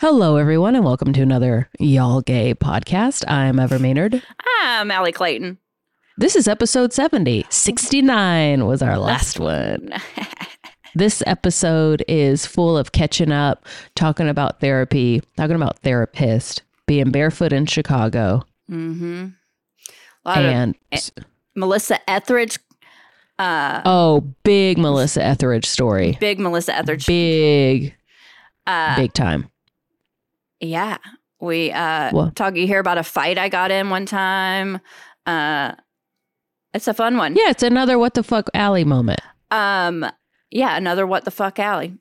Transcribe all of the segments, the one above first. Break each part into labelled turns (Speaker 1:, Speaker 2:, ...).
Speaker 1: Hello, everyone, and welcome to another Y'all Gay podcast. I'm Ever Maynard.
Speaker 2: I'm Allie Clayton.
Speaker 1: This is episode 70. 69 was our last one.
Speaker 2: Mm-hmm.
Speaker 1: This episode is full of catching up, talking about therapy, talking about therapist, being barefoot in Chicago,
Speaker 2: mm-hmm. A lot of eh,
Speaker 1: and
Speaker 2: Melissa Etheridge, uh,
Speaker 1: oh, big Melissa Etheridge story.
Speaker 2: big Melissa Etheridge.
Speaker 1: Big,
Speaker 2: uh,
Speaker 1: big time.
Speaker 2: Yeah. We uh
Speaker 1: What?
Speaker 2: talk you hear about a fight I got in one time. Uh it's a fun one.
Speaker 1: Yeah, it's another what the fuck alley moment.
Speaker 2: Um yeah, another what the fuck alley.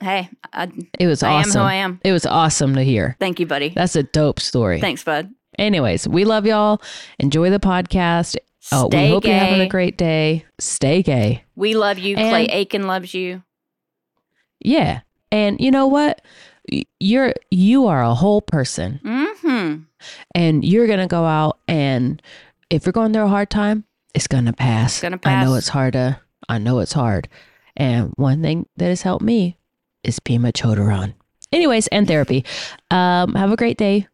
Speaker 2: Hey, I,
Speaker 1: It was
Speaker 2: I am who
Speaker 1: awesome.
Speaker 2: I am.
Speaker 1: It was awesome to hear.
Speaker 2: Thank you, buddy.
Speaker 1: That's a dope story.
Speaker 2: Thanks, bud.
Speaker 1: Anyways, we love y'all. Enjoy the podcast. Oh,
Speaker 2: Stay
Speaker 1: we hope
Speaker 2: gay.
Speaker 1: you're having a great day. Stay gay.
Speaker 2: we love you. Clay
Speaker 1: And-
Speaker 2: Aiken loves you.
Speaker 1: Yeah. And you know what? Y- You're you are a whole person
Speaker 2: Mm-hmm.
Speaker 1: and you're going to go out and if you're going through a hard time, it's going to pass.
Speaker 2: It's gonna
Speaker 1: I know
Speaker 2: pass.
Speaker 1: it's hard to I know it's hard. And one thing that has helped me is Pima Chodoron. Anyways, and therapy. Um have a great day.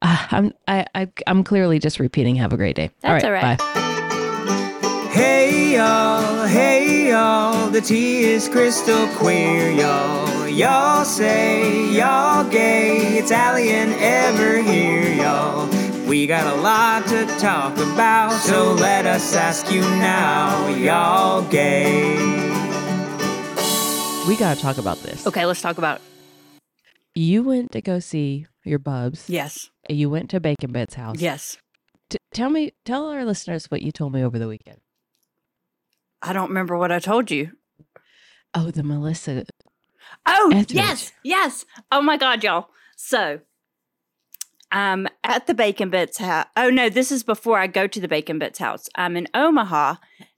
Speaker 1: Ah, I'm I, I I'm clearly just repeating have a great day.
Speaker 2: That's all
Speaker 1: Bye.
Speaker 2: right.
Speaker 3: Hey y'all, hey y'all, the tea is crystal queer, y'all. Y'all say y'all gay, it's Allie and Ever here, y'all. We got a lot to talk about, so let us ask you now, y'all gay.
Speaker 1: We got to talk about this.
Speaker 2: Okay, let's talk about
Speaker 1: You went to go see your bubs.
Speaker 2: yes.
Speaker 1: You went to Bacon Bit's house.
Speaker 2: Yes.
Speaker 1: T- tell me, tell our listeners what you told me over the weekend.
Speaker 2: I don't remember what I told you.
Speaker 1: Oh, the Melissa.
Speaker 2: Oh,
Speaker 1: Etheridge.
Speaker 2: yes, yes. Oh my God, y'all. So, I'm at the Bacon Bits house. Oh no, this is before I go to the Bacon Bits house. I'm in Omaha,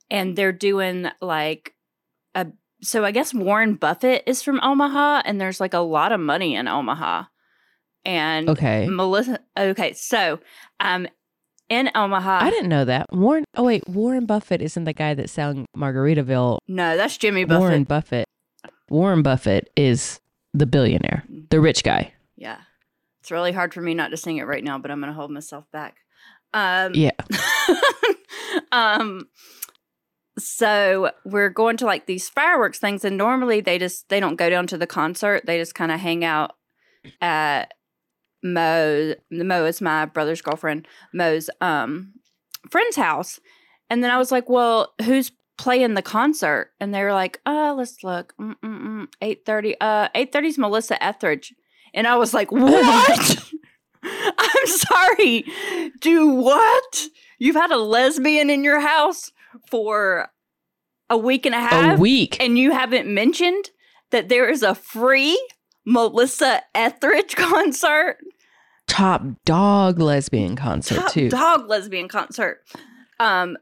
Speaker 2: and they're doing like a. So I guess Warren Buffett is from Omaha, and there's like a lot of money in Omaha, and
Speaker 1: Okay.
Speaker 2: Melissa. Okay, so I'm in Omaha.
Speaker 1: I didn't know that. Warren. Oh wait, Warren Buffett isn't the guy that sang Margaritaville.
Speaker 2: No, that's Jimmy Buffett.
Speaker 1: Warren Buffett. Warren Buffett is the billionaire, the rich guy.
Speaker 2: Yeah, it's really hard for me not to sing it right now, but I'm going to hold myself back. Um,
Speaker 1: Yeah.
Speaker 2: um so we're going to like these fireworks things and normally they just they don't go down to the concert they just kind of hang out at mo mo is my brother's girlfriend mo's um friend's house and then i was like well who's playing the concert and they were like uh let's look Mm, mm, mm. 8.30 uh 8.30's melissa etheridge and i was like what i'm sorry do what You've had a lesbian in your house for a week and a half,
Speaker 1: a week.
Speaker 2: and you haven't mentioned that there is a free Melissa Etheridge concert,
Speaker 1: Top dog lesbian concert
Speaker 2: top
Speaker 1: too.
Speaker 2: dog lesbian concert. Um,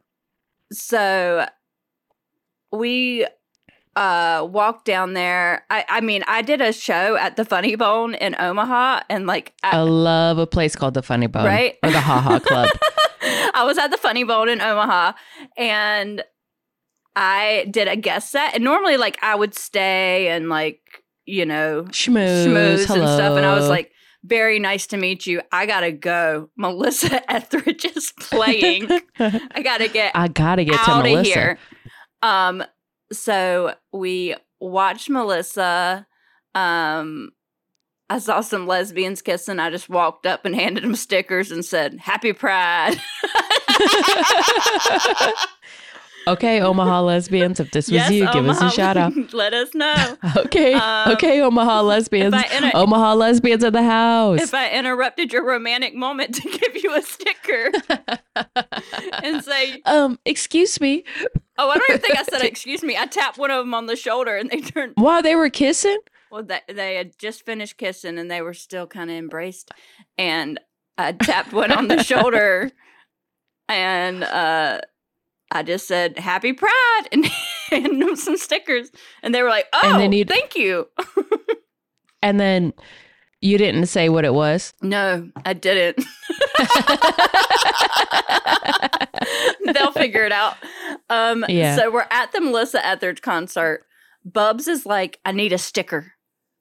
Speaker 2: so we uh walked down there. I, I mean, I did a show at the Funny Bone in Omaha, and like I-
Speaker 1: I love a place called the Funny Bone
Speaker 2: Right?
Speaker 1: or the Ha Ha Club.
Speaker 2: I was at the Funny Bone in Omaha and I did a guest set. And normally, like, I would stay and, like, you know,
Speaker 1: Schmooze,
Speaker 2: schmooze and stuff. And I was
Speaker 1: hello.
Speaker 2: like, very nice to meet you. I gotta go. Melissa Etheridge is playing. I gotta get
Speaker 1: I gotta get to
Speaker 2: out
Speaker 1: Melissa.
Speaker 2: of here. Um, so we watched Melissa. Um, I saw some lesbians kissing. I just walked up and handed them stickers and said, "Happy Pride."
Speaker 1: Okay, Omaha lesbians, if this was
Speaker 2: yes,
Speaker 1: you, give us
Speaker 2: Omaha,
Speaker 1: a shout out.
Speaker 2: Let us know.
Speaker 1: Okay,
Speaker 2: Um,
Speaker 1: okay, Omaha lesbians,
Speaker 2: I enter-
Speaker 1: Omaha lesbians in the house.
Speaker 2: if I interrupted your romantic moment to give you a sticker and say,
Speaker 1: um, excuse me,
Speaker 2: "Oh, I don't even think I said excuse me." I tapped one of them on the shoulder and they turned.
Speaker 1: while they were kissing,
Speaker 2: Well, they, they had just finished kissing and they were still kind of embraced. And I tapped one on the shoulder and uh, I just said, Happy Pride and handed them some stickers. And they were like, Oh,
Speaker 1: And then you'd-
Speaker 2: thank you.
Speaker 1: and then you didn't say what it was.
Speaker 2: No, I didn't. They'll figure it out. Um,
Speaker 1: Yeah.
Speaker 2: So we're at the Melissa Etheridge concert. Bubs is like, I need a sticker.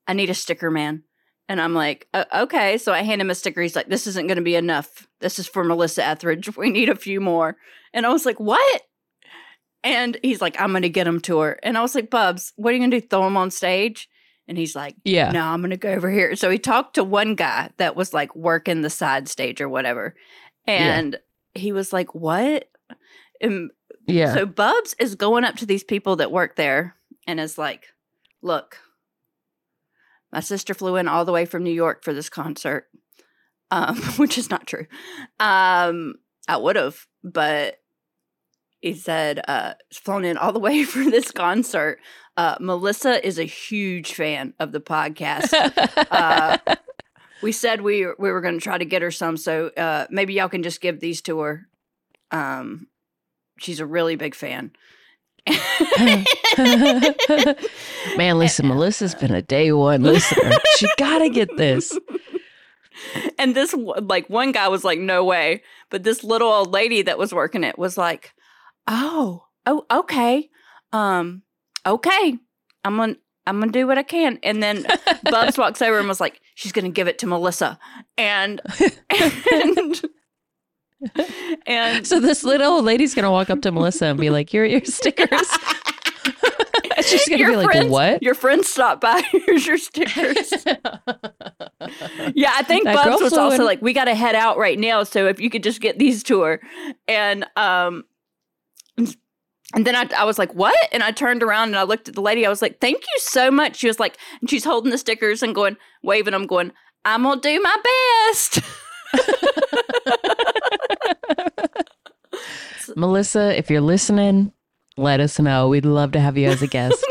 Speaker 2: I need a sticker, man. And I'm like, "O- okay. So I hand him a sticker. He's like, this isn't going to be enough. This is for Melissa Etheridge. We need a few more. And I was like, what? And he's like, I'm going to get them to her. And I was like, Bubs, what are you going to do? Throw them on stage? And he's like,
Speaker 1: Yeah.
Speaker 2: no, I'm going to go over here. So he talked to one guy that was like working the side stage or whatever.
Speaker 1: Yeah.
Speaker 2: And he was like, what? And
Speaker 1: Yeah.
Speaker 2: so Bubs is going up to these people that work there and is like, look, my sister flew in all the way from New York for this concert, um, which is not true. Um, I would have, but he said, uh, "She's flown in all the way for this concert. Uh, Melissa is a huge fan of the podcast. uh, we said we we were going to try to get her some, so uh, maybe y'all can just give these to her. Um, she's a really big fan.
Speaker 1: Man, listen, Melissa's been a day one listener. She gotta get this.
Speaker 2: and this w- like one guy was like, "No way!" But this little old lady that was working it was like, "Oh, oh, okay, um, okay, I'm gonna." I'm gonna do what I can, and then Bubs walks over and was like, "She's gonna give it to Melissa," and and and
Speaker 1: So this little old lady's gonna walk up to Melissa and be like, "Here are your stickers." She's gonna
Speaker 2: Your
Speaker 1: be like,
Speaker 2: friends-
Speaker 1: "What?"
Speaker 2: Your friends stopped by. Here's your stickers. Yeah, I think
Speaker 1: That girl
Speaker 2: Bubs was
Speaker 1: flew
Speaker 2: also
Speaker 1: in-
Speaker 2: like, we got to head out right now. So if you could just get these to her. And, um, and then I, I was like, what? And I turned around and I looked at the lady. I was like, thank you so much. She was like, and she's holding the stickers and going, waving them, going, I'm going to do my best.
Speaker 1: Melissa, if you're listening, let us know. We'd love to have you as a guest.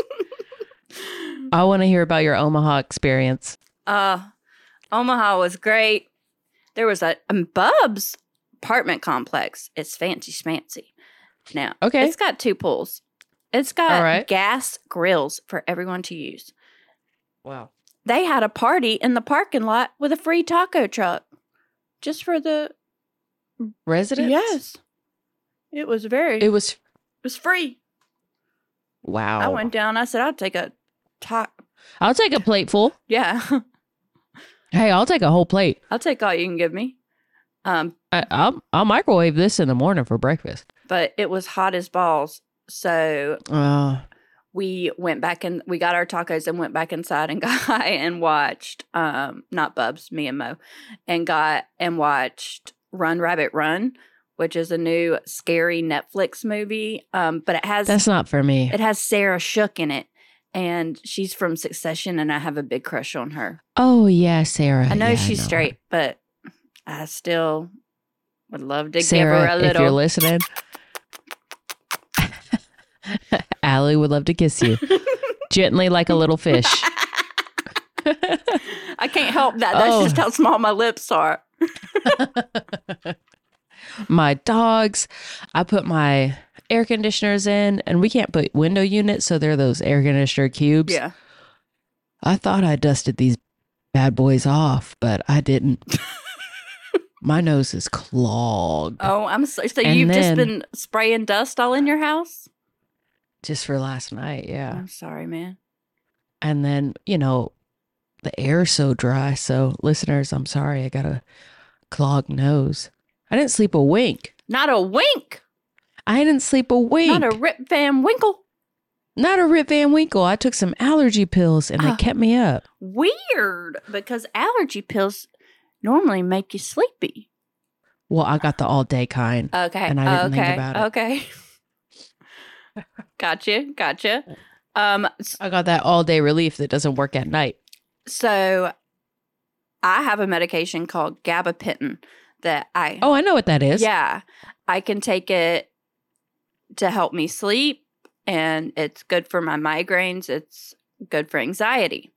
Speaker 1: I want to hear about your Omaha experience.
Speaker 2: Uh, Omaha was great. There was a um, Bub's apartment complex. It's fancy smancy. Now,
Speaker 1: Okay.
Speaker 2: it's got two pools. It's got
Speaker 1: All right.
Speaker 2: gas grills for everyone to use.
Speaker 1: Wow.
Speaker 2: They had a party in the parking lot with a free taco truck, just for the
Speaker 1: Residents?
Speaker 2: yes. It was very.
Speaker 1: It was
Speaker 2: it was free.
Speaker 1: wow.
Speaker 2: I went down. I said, "I'll take a taco."
Speaker 1: I'll take a plateful.
Speaker 2: Yeah,
Speaker 1: Hey, I'll take a whole plate.
Speaker 2: I'll take all you can give me. Um,
Speaker 1: I, I'll, I'll microwave this in the morning for breakfast.
Speaker 2: but it was hot as balls. So
Speaker 1: Uh,
Speaker 2: we went back and we got our tacos and went back inside and got high and watched um not bubs me and mo and got and watched run rabbit run which is a new scary netflix movie um but it has
Speaker 1: that's not for me.
Speaker 2: it has sarah shook in it and she's from succession and i have a big crush on her
Speaker 1: Oh yeah, Sarah.
Speaker 2: i know
Speaker 1: Yeah,
Speaker 2: she's
Speaker 1: her.
Speaker 2: straight but i still would love to
Speaker 1: Sarah,
Speaker 2: give her a
Speaker 1: if you're
Speaker 2: little
Speaker 1: listening, Allie would love to kiss you gently, like a little fish.
Speaker 2: i can't help that that's
Speaker 1: Oh.
Speaker 2: just how small my lips are
Speaker 1: my dogs. I put my air conditioners in, and we can't put window units, so they're those air conditioner cubes.
Speaker 2: yeah
Speaker 1: I thought I dusted these bad boys off, but I didn't. my nose is clogged.
Speaker 2: Oh, I'm so. So
Speaker 1: And
Speaker 2: you've just
Speaker 1: then-
Speaker 2: been spraying dust all in your house?
Speaker 1: Just for last night, yeah.
Speaker 2: I'm sorry, man.
Speaker 1: And then, you know, the air's so dry. So, listeners, I'm sorry. I got a clogged nose. I didn't sleep a wink.
Speaker 2: Not a wink.
Speaker 1: I didn't sleep a wink.
Speaker 2: Not a Rip Van Winkle.
Speaker 1: Not a Rip Van Winkle. I took some allergy pills and
Speaker 2: Ah.
Speaker 1: they kept me up.
Speaker 2: Weird, because allergy pills normally make you sleepy.
Speaker 1: Well, I got the all day kind.
Speaker 2: Okay.
Speaker 1: And I didn't
Speaker 2: okay.
Speaker 1: think about it.
Speaker 2: Okay. gotcha. Gotcha. Um. s-
Speaker 1: I got that all day relief that doesn't work at night.
Speaker 2: So, I have a medication called gabapentin that I
Speaker 1: Oh, I know what that is.
Speaker 2: Yeah. I can take it to help me sleep and it's good for my migraines, it's good for anxiety.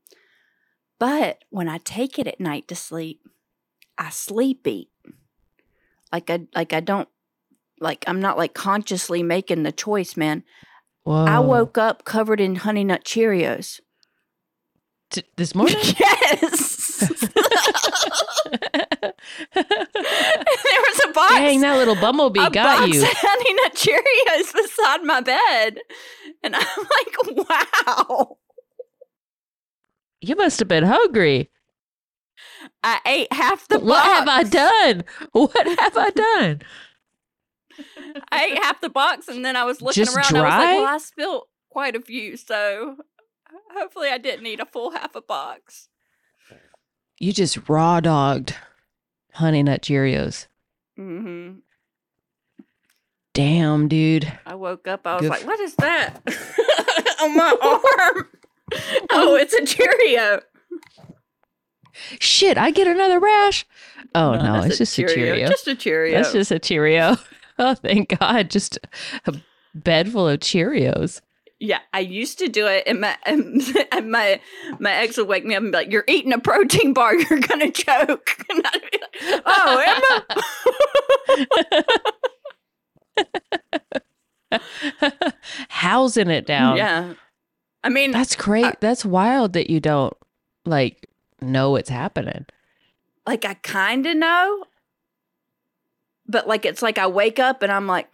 Speaker 2: But when I take it at night to sleep, I sleepy. Like I like I don't like I'm not like consciously making the choice, man.
Speaker 1: Whoa.
Speaker 2: I woke up covered in honey nut Cheerios.
Speaker 1: T- this morning.
Speaker 2: yes. there was a box.
Speaker 1: Dang, that little bumblebee
Speaker 2: a
Speaker 1: got
Speaker 2: box
Speaker 1: you.
Speaker 2: of Honey Nut Cheerios beside my bed, and I'm like, wow.
Speaker 1: You must have been hungry.
Speaker 2: I ate half the
Speaker 1: What
Speaker 2: box.
Speaker 1: have I done? What have I done?
Speaker 2: I ate half the box and then I was looking
Speaker 1: Just
Speaker 2: around. I was
Speaker 1: dry?
Speaker 2: like, well, I spilled quite a few, so hopefully I didn't eat a full half a box.
Speaker 1: You just raw dogged Honey Nut Cheerios.
Speaker 2: hmm
Speaker 1: Damn, dude.
Speaker 2: I woke up. I was
Speaker 1: Good
Speaker 2: like,
Speaker 1: f-
Speaker 2: what is that on my arm? oh, it's a Cheerio.
Speaker 1: Shit, I get another rash. Oh no,
Speaker 2: that's
Speaker 1: it's just a Cheerio.
Speaker 2: Just a Cheerio.
Speaker 1: That's just a Cheerio. Oh, thank God. Just a bed full of Cheerios.
Speaker 2: Yeah, I used to do it, and my and, my my ex would wake me up and be like, "You're eating a protein bar. You're gonna choke." And I'd be like, "Oh, am I?"
Speaker 1: Housing it down.
Speaker 2: Yeah, I mean,
Speaker 1: That's great.
Speaker 2: I-
Speaker 1: That's wild that you don't like know what's happening.
Speaker 2: like I kind of know, but like it's like I wake up and I'm like,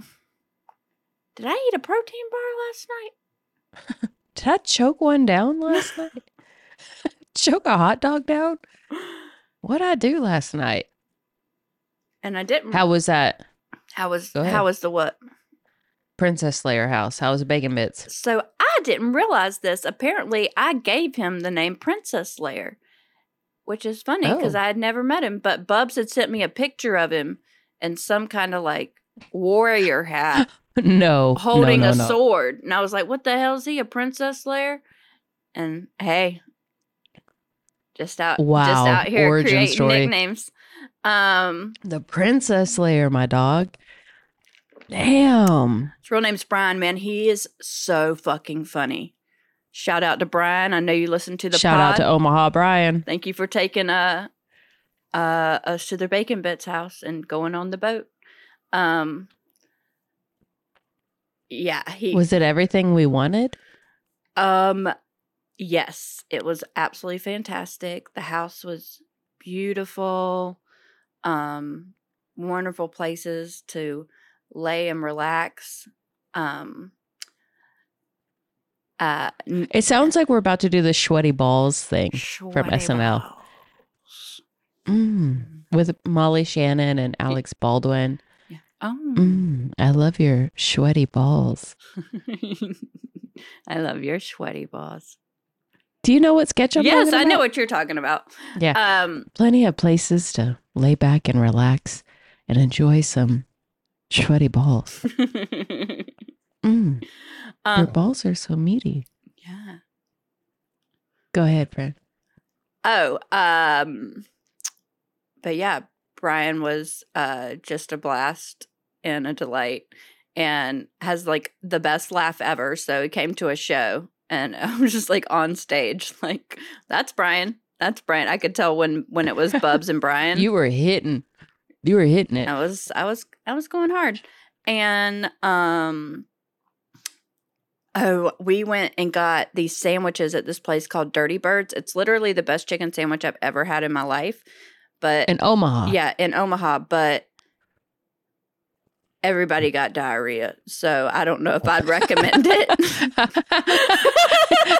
Speaker 2: "Did I eat a protein bar last night?"
Speaker 1: Did I choke one down last night? choke a hot dog down? What'd I do last night?
Speaker 2: And I didn't.
Speaker 1: How was that
Speaker 2: how was
Speaker 1: Go ahead.
Speaker 2: how was the what?
Speaker 1: Princess Slayer house? How was Bacon Bits?
Speaker 2: So I didn't realize this. Apparently, I gave him the name Princess Slayer, which is funny because
Speaker 1: Oh.
Speaker 2: I had never met him. But Bubs had sent me a picture of him in some kind of like warrior hat
Speaker 1: No. no,
Speaker 2: holding
Speaker 1: no,
Speaker 2: a
Speaker 1: no.
Speaker 2: sword. And I was like, what the hell is he, a Princess Slayer? And hey, just out,
Speaker 1: Wow,
Speaker 2: just out here
Speaker 1: origin
Speaker 2: creating
Speaker 1: story.
Speaker 2: nicknames. Um,
Speaker 1: The Princess Slayer, my dog. Damn.
Speaker 2: His real name's Brian, man. He is so fucking funny. Shout out to Brian. I know you listen to the
Speaker 1: Shout
Speaker 2: pod.
Speaker 1: out to Omaha Brian.
Speaker 2: Thank you for taking uh, uh, us to the Bacon Bits house and going on the boat. Um, yeah, he
Speaker 1: Was it everything we wanted?
Speaker 2: Um, yes, it was absolutely fantastic. The house was beautiful. Um, wonderful places to lay and relax. Um, uh, n-
Speaker 1: It sounds like we're about to do the sweaty balls thing
Speaker 2: Schwabel.
Speaker 1: SNL. mm. with Molly Shannon and Alex Baldwin.
Speaker 2: Yeah. Oh,
Speaker 1: Mm. I love your sweaty balls.
Speaker 2: I love your sweaty balls.
Speaker 1: Do you know what sketch I'm
Speaker 2: Yes,
Speaker 1: talking
Speaker 2: I know
Speaker 1: about?
Speaker 2: what you're talking about.
Speaker 1: Yeah.
Speaker 2: Um,
Speaker 1: Plenty of places to lay back and relax and enjoy some sweaty balls. Mm. Your
Speaker 2: um,
Speaker 1: balls are so meaty.
Speaker 2: yeah.
Speaker 1: Go ahead, friend.
Speaker 2: Oh, um but yeah, Brian was uh just a blast and a delight and has like the best laugh ever. So he came to a show and I was just like on stage like that's Brian. That's Brian. I could tell when when it was Bubs and Brian.
Speaker 1: You were hitting. You were hitting it.
Speaker 2: I was I was I was going hard. And um oh, we went and got these sandwiches at this place called Dirty Birds. It's literally the best chicken sandwich I've ever had in my life. But
Speaker 1: In Omaha.
Speaker 2: yeah, in Omaha, but everybody got diarrhea. So I don't know if I'd recommend it.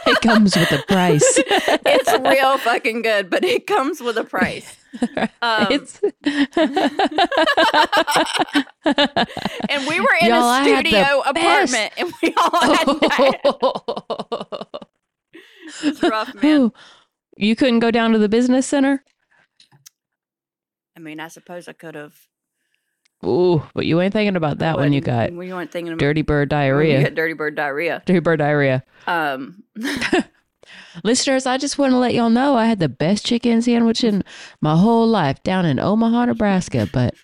Speaker 1: it comes with a price.
Speaker 2: it's real fucking good, but it comes with a price. Um,
Speaker 1: it's
Speaker 2: and we were in
Speaker 1: Y'all, I
Speaker 2: a
Speaker 1: had the
Speaker 2: studio
Speaker 1: best.
Speaker 2: apartment and we all had diarrhea. It's rough, man.
Speaker 1: Ooh. You couldn't go down to the business center?
Speaker 2: I mean, I suppose I could have.
Speaker 1: Ooh, but you ain't thinking about that when you got
Speaker 2: We weren't thinking about
Speaker 1: dirty bird
Speaker 2: when You
Speaker 1: diarrhea.
Speaker 2: got dirty bird diarrhea.
Speaker 1: Dirty bird diarrhea.
Speaker 2: Um,
Speaker 1: Listeners, I just want to let y'all know I had the best chicken sandwich in my whole life down in Omaha, Nebraska. But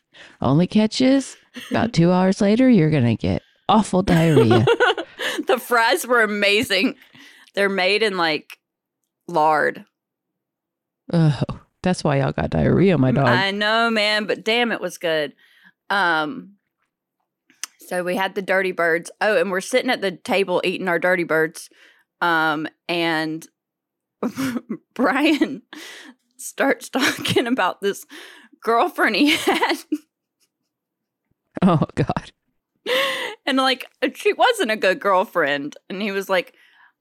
Speaker 1: only catch is about two hours later, you're going to get awful diarrhea.
Speaker 2: the fries were amazing. They're made in like lard.
Speaker 1: oh, that's why y'all got diarrhea, my dog.
Speaker 2: I know, man, but damn, it was good. Um, so we had the dirty birds. Oh, and we're sitting at the table eating our dirty birds. Um, and Brian starts talking about this girlfriend he had.
Speaker 1: oh, God.
Speaker 2: and like she wasn't a good girlfriend and he was like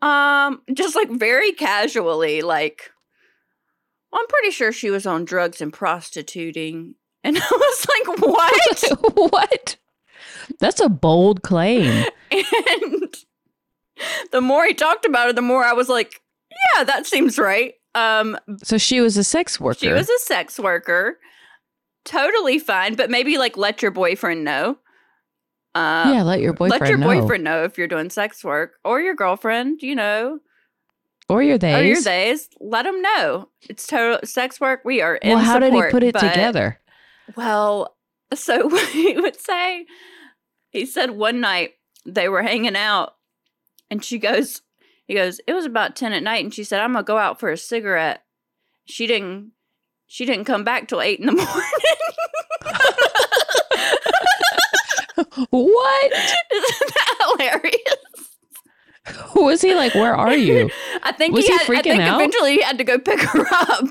Speaker 2: um just like very casually like Well, I'm pretty sure she was on drugs and prostituting. And I was like, what?
Speaker 1: what? That's a bold claim.
Speaker 2: and the more he talked about it, the more I was like, yeah, that seems right. Um,
Speaker 1: So she was a sex worker.
Speaker 2: she was a sex worker. Totally fine, but maybe like let your boyfriend know. Uh,
Speaker 1: yeah, let your boyfriend
Speaker 2: let your
Speaker 1: know.
Speaker 2: boyfriend know if you're doing sex work or your girlfriend, you know,
Speaker 1: or your days.
Speaker 2: or your days. Let them know. It's total sex work. We are in
Speaker 1: Well, how did he
Speaker 2: support,
Speaker 1: put it
Speaker 2: but-
Speaker 1: together?
Speaker 2: Well, so he would say, he said one night they were hanging out and she goes, he goes, it was about 10 at night. And she said, I'm going to go out for a cigarette. She didn't, she didn't come back till eight in the morning.
Speaker 1: What?
Speaker 2: Isn't that hilarious?
Speaker 1: Was he like, where are you?
Speaker 2: I think
Speaker 1: Was
Speaker 2: he,
Speaker 1: he
Speaker 2: had, I
Speaker 1: freaking
Speaker 2: think
Speaker 1: out?
Speaker 2: eventually he had to go pick her up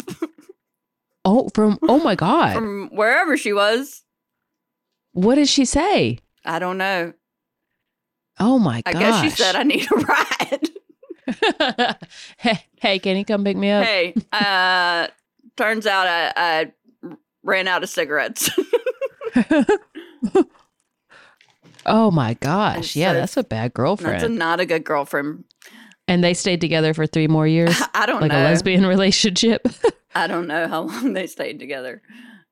Speaker 1: Oh, from, oh my God.
Speaker 2: from wherever she was.
Speaker 1: What did she say?
Speaker 2: I don't know.
Speaker 1: Oh my
Speaker 2: I
Speaker 1: God.
Speaker 2: guess she said, I need a ride.
Speaker 1: hey, hey, can you come pick me up?
Speaker 2: hey, uh, turns out I, I ran out of cigarettes.
Speaker 1: oh my gosh. Yeah,
Speaker 2: so-
Speaker 1: that's a bad
Speaker 2: That's
Speaker 1: girlfriend.
Speaker 2: a, not a good girlfriend.
Speaker 1: and they stayed together for three more years,
Speaker 2: I, I don't
Speaker 1: like
Speaker 2: know.
Speaker 1: a lesbian relationship.
Speaker 2: I don't know how long they stayed together.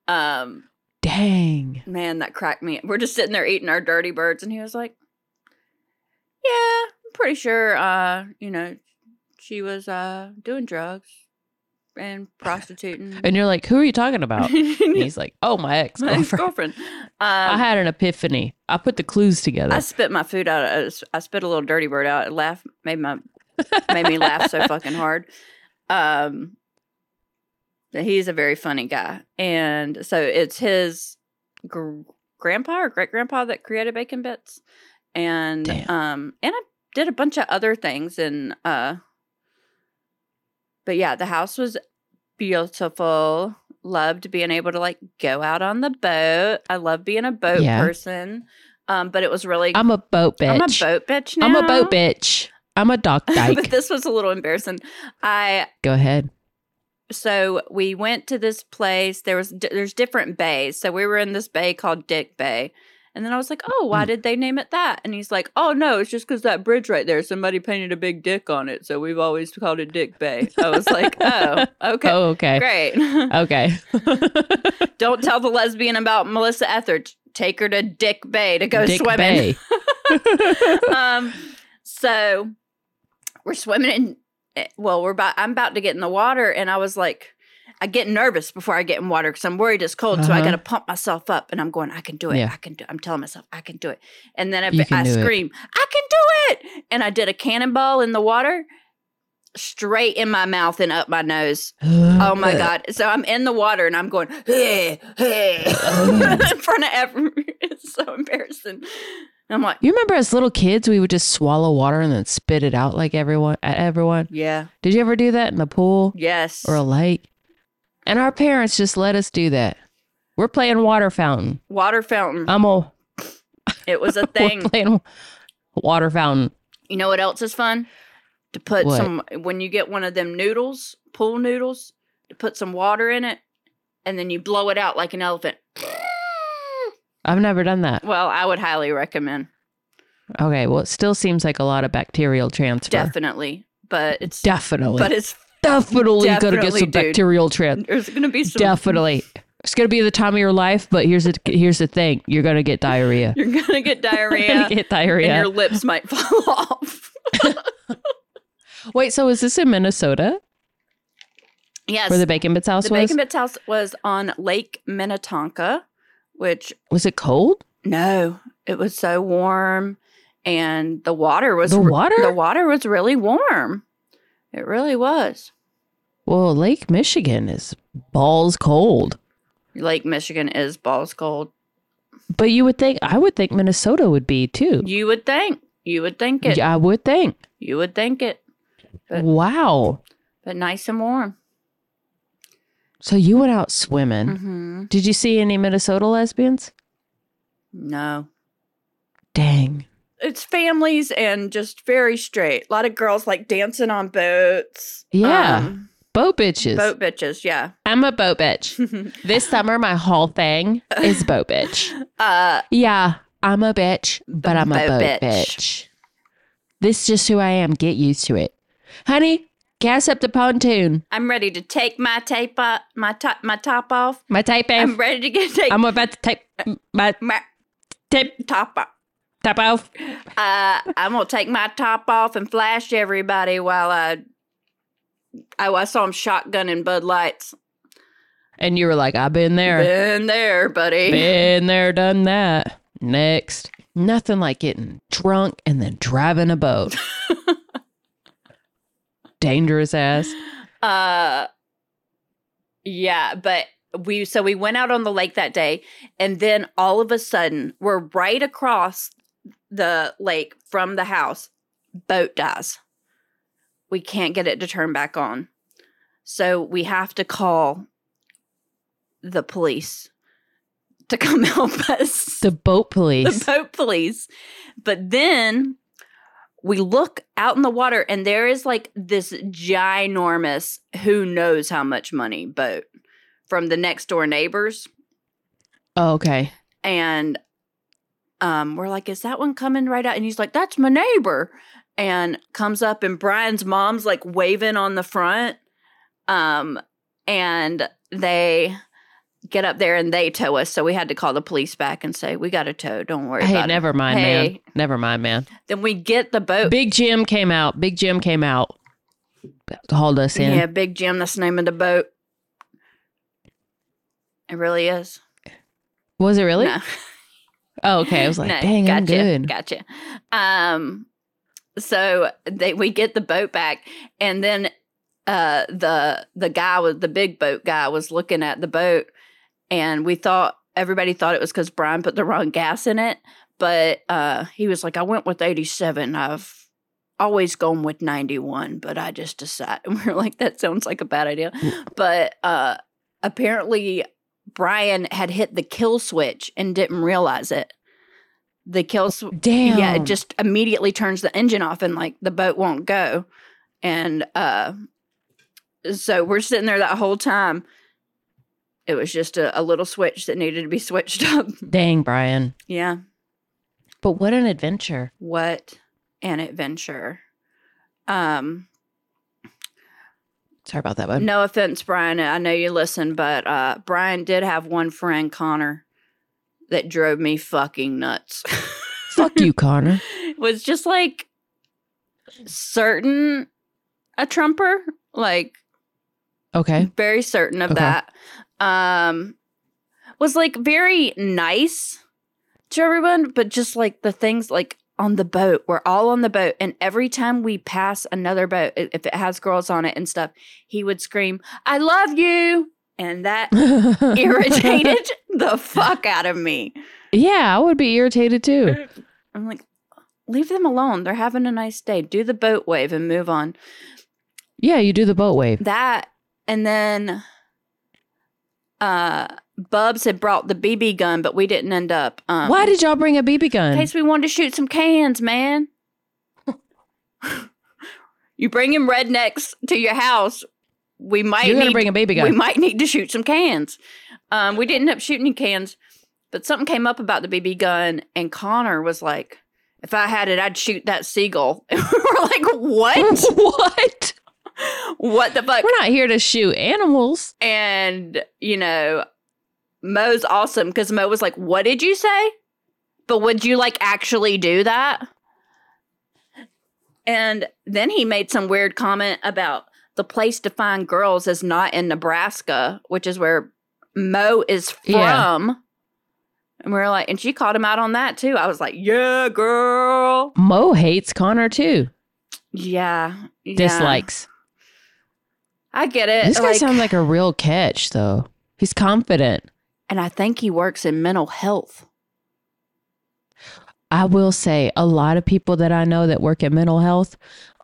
Speaker 2: Um,
Speaker 1: Dang.
Speaker 2: man, that cracked me. We're just sitting there eating our dirty birds, and he was like, "Yeah, I'm pretty sure. Uh, you know, she was uh doing drugs and prostituting."
Speaker 1: And you're like, who are you talking about? And he's like, oh, my ex
Speaker 2: my
Speaker 1: girlfriend.
Speaker 2: girlfriend. Um,
Speaker 1: I had an epiphany. I put the clues together.
Speaker 2: I spit my food out. I s- I spit a little dirty bird out. It laughed, made my made me laugh so fucking hard. Um, that he's a very funny guy, and so it's his gr- grandpa or great grandpa that created Bacon Bits, and
Speaker 1: Damn.
Speaker 2: um, and I did a bunch of other things, and uh, but yeah, the house was beautiful. Loved being able to like go out on the boat. I love being a boat
Speaker 1: Yeah.
Speaker 2: person. Um, but it was really
Speaker 1: I'm a boat bitch.
Speaker 2: I'm a boat bitch now.
Speaker 1: I'm a boat bitch. I'm a dock
Speaker 2: but
Speaker 1: dyke.
Speaker 2: this was a little embarrassing. I
Speaker 1: Go ahead.
Speaker 2: so we went to this place. There was d- there's different bays. So we were in this bay called Dick Bay. And then I was like, "Oh, why
Speaker 1: Mm.
Speaker 2: did they name it that?" And he's like, "Oh no, it's just because that bridge right there, somebody painted a big dick on it, so we've always called it Dick Bay." I was like, "Oh, okay,
Speaker 1: Oh, okay.
Speaker 2: great.
Speaker 1: Okay.
Speaker 2: Don't tell the lesbian about Melissa Etheridge. Take her to Dick Bay to go
Speaker 1: Dick
Speaker 2: swimming."
Speaker 1: Bay.
Speaker 2: um, so we're swimming in. eh, Well, we're about. I'm about to get in the water, and I was like, I get nervous before I get in water because I'm worried it's cold. So I
Speaker 1: Uh-huh.
Speaker 2: got to pump myself up, and I'm going, I can do it.
Speaker 1: Yeah.
Speaker 2: I can do. I'm telling myself I can do it, and then
Speaker 1: You
Speaker 2: I,
Speaker 1: can
Speaker 2: I
Speaker 1: do it.
Speaker 2: scream, I can do it, and I did a cannonball in the water, straight in my mouth and up my nose. Oh my god! So I'm in the water and I'm going
Speaker 1: Oh,
Speaker 2: hey, hey, in front of everyone. It's so embarrassing. And I'm like,
Speaker 1: You remember as little kids, we would just swallow water and then spit it out like everyone at everyone.
Speaker 2: yeah,
Speaker 1: Did you ever do that in the pool
Speaker 2: yes,
Speaker 1: or a lake? And our parents just let us do that. We're playing water fountain.
Speaker 2: water fountain.
Speaker 1: I'm a
Speaker 2: it was a
Speaker 1: we're
Speaker 2: thing.
Speaker 1: playing water fountain.
Speaker 2: You know what else is fun? To put
Speaker 1: What?
Speaker 2: some when you get one of them noodles, pool noodles, to put some water in it, and then you blow it out like an elephant.
Speaker 1: I've never done that.
Speaker 2: Well, I would highly recommend,
Speaker 1: Okay, well, it still seems like a lot of bacterial transfer.
Speaker 2: definitely. But it's
Speaker 1: definitely,
Speaker 2: but it's
Speaker 1: definitely, gonna get
Speaker 2: Definitely,
Speaker 1: some
Speaker 2: dude.
Speaker 1: bacterial transfer.
Speaker 2: there's gonna be some.
Speaker 1: Definitely. It's gonna be the time of your life, but here's the here's the thing: you're gonna get diarrhea.
Speaker 2: You're gonna get diarrhea.
Speaker 1: You're gonna get
Speaker 2: and
Speaker 1: diarrhea.
Speaker 2: your lips might fall off.
Speaker 1: Wait, so is this in Minnesota
Speaker 2: yes.
Speaker 1: where the Bacon Bits house
Speaker 2: the
Speaker 1: was?
Speaker 2: Bacon Bits house was on Lake Minnetonka, which
Speaker 1: was it cold?
Speaker 2: no, it was so warm and the water was
Speaker 1: The
Speaker 2: re-
Speaker 1: water?
Speaker 2: the water was really warm. It really was.
Speaker 1: Well, Lake Michigan is balls cold,
Speaker 2: Lake Michigan is balls cold.
Speaker 1: but you would think I would think Minnesota would be too.
Speaker 2: You would think. You would think it.
Speaker 1: Yeah, I would think.
Speaker 2: You would think it. But-
Speaker 1: wow.
Speaker 2: But nice and warm.
Speaker 1: So you went out swimming.
Speaker 2: hmm
Speaker 1: Did you see any Minnesota lesbians?
Speaker 2: No.
Speaker 1: Dang.
Speaker 2: It's families and just very straight. A lot of girls like dancing on boats.
Speaker 1: Yeah.
Speaker 2: Um,
Speaker 1: Boat bitches.
Speaker 2: Boat bitches, yeah.
Speaker 1: I'm a boat bitch. this summer, my whole thing is boat bitch.
Speaker 2: uh,
Speaker 1: Yeah, I'm a bitch, but I'm a
Speaker 2: Boat
Speaker 1: boat
Speaker 2: bitch.
Speaker 1: bitch. This is just who I am. Get used to it. Honey, gas up the pontoon.
Speaker 2: I'm ready to take my tape up, my top, my top off.
Speaker 1: My tape
Speaker 2: I'm
Speaker 1: off.
Speaker 2: ready to get take
Speaker 1: I'm about to take my
Speaker 2: my
Speaker 1: tip
Speaker 2: top off.
Speaker 1: top off.
Speaker 2: Uh, I'm gonna take my top off and flash everybody while I. Oh, I saw him shotgunning Bud Lights.
Speaker 1: And you were like, I've been there.
Speaker 2: Been there, buddy.
Speaker 1: Been there, done that. Next. Nothing like getting drunk and then driving a boat. Dangerous ass.
Speaker 2: Uh, yeah, but we so we went out on the lake that day, and then all of a sudden we're right across the lake from the house. Boat dies. We can't get it to turn back on, so we have to call the police to come help us.
Speaker 1: The boat police.
Speaker 2: The boat police. But then we look out in the water and there is like this ginormous, who knows how much money boat from the next door neighbors.
Speaker 1: oh, okay.
Speaker 2: And um, we're like, is that one coming right out? And he's like, that's my neighbor. And comes up and Brian's mom's like waving on the front. Um, and they get up there and they tow us. So we had to call the police back and say, we got a tow. Don't worry
Speaker 1: Hey,
Speaker 2: about it.
Speaker 1: never mind, man.
Speaker 2: Hey.
Speaker 1: Never mind, man.
Speaker 2: Then we get the boat.
Speaker 1: Big Jim came out. Big Jim came out. Hauled us in.
Speaker 2: Yeah, Big Jim. That's the name of the boat. It really is.
Speaker 1: Was it really?
Speaker 2: No.
Speaker 1: Oh, okay. I was like,
Speaker 2: No,
Speaker 1: dang,
Speaker 2: gotcha,
Speaker 1: I'm good.
Speaker 2: Gotcha. Um, so they, we get the boat back, and then uh, the the guy with the big boat guy was looking at the boat, and we thought everybody thought it was because Brian put the wrong gas in it, but uh, he was like, "I went with eighty seven. I've always gone with ninety one, but I just decided." And we we're like, "That sounds like a bad idea," but uh, apparently. Brian had hit the kill switch and didn't realize it. The kill switch
Speaker 1: Damn.
Speaker 2: yeah it just immediately turns the engine off and like the boat won't go and uh so we're sitting there that whole time it was just a, a little switch that needed to be switched up
Speaker 1: Dang, Brian.
Speaker 2: yeah
Speaker 1: But what an adventure.
Speaker 2: what an adventure um
Speaker 1: Sorry about that, bud.
Speaker 2: no offense brian i know you listen but uh brian did have one friend connor that drove me fucking nuts
Speaker 1: Fuck you, Connor.
Speaker 2: was just like certain a trumper like
Speaker 1: Okay.
Speaker 2: very certain of
Speaker 1: Okay.
Speaker 2: that um was like very nice to everyone but just like the things like on the boat we're all on the boat and every time we pass another boat i- if it has girls on it and stuff he would scream i love you and that irritated the fuck out of me
Speaker 1: Yeah, I would be irritated too.
Speaker 2: I'm like, leave them alone. They're having a nice day. Do the boat wave and move on.
Speaker 1: Yeah, you do the boat wave.
Speaker 2: That and then uh Bubs had brought the BB gun, but we didn't end up um
Speaker 1: Why did y'all bring a BB
Speaker 2: in
Speaker 1: gun?
Speaker 2: case we wanted to shoot some cans, man. you bring him rednecks to your house. We might
Speaker 1: You're gonna
Speaker 2: need-
Speaker 1: bring a BB gun.
Speaker 2: We might need to shoot some cans. Um, we didn't end up shooting any cans, but something came up about the BB gun, and Connor was like, "If I had it, I'd shoot that seagull." And we were like, "What?
Speaker 1: what?
Speaker 2: what the fuck?"
Speaker 1: We're not here to shoot animals.
Speaker 2: And you know, Mo's awesome because Mo was like, "What did you say? But would you like actually do that?" And then he made some weird comment about the place to find girls is not in Nebraska, which is where Mo is from.
Speaker 1: Yeah.
Speaker 2: And we were like, and she called him out on that too. I was like, "Yeah, girl,
Speaker 1: Mo hates Connor too.
Speaker 2: yeah, yeah. Uh,
Speaker 1: Dislikes.
Speaker 2: I get it.
Speaker 1: This guy sounds like a real catch, though. He's confident.
Speaker 2: and I think he works in mental health.
Speaker 1: I will say a lot of people that I know that work in mental health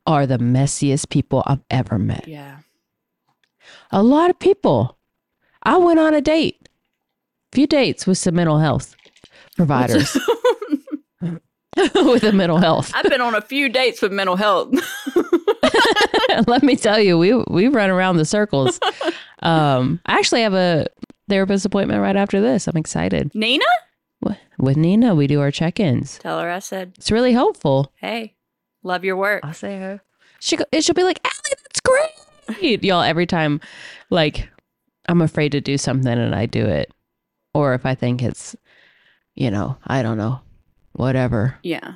Speaker 1: are the messiest people I've ever met.
Speaker 2: Yeah.
Speaker 1: A lot of people. I went on a date, few dates with some mental health providers with a mental health.
Speaker 2: I've been on a few dates with mental health.
Speaker 1: Let me tell you, we we run around the circles. um, I actually have a therapist appointment right after this. I'm excited.
Speaker 2: Nina?
Speaker 1: Wh- With Nina, we do our check-ins.
Speaker 2: Tell her I said,
Speaker 1: It's really helpful.
Speaker 2: hey, love your work.
Speaker 1: I'll say her. She go- and she'll be like, "Allie, that's great, y'all." Every time, like, I'm afraid to do something and I do it, or if I think it's, you know, I don't know, whatever.
Speaker 2: Yeah.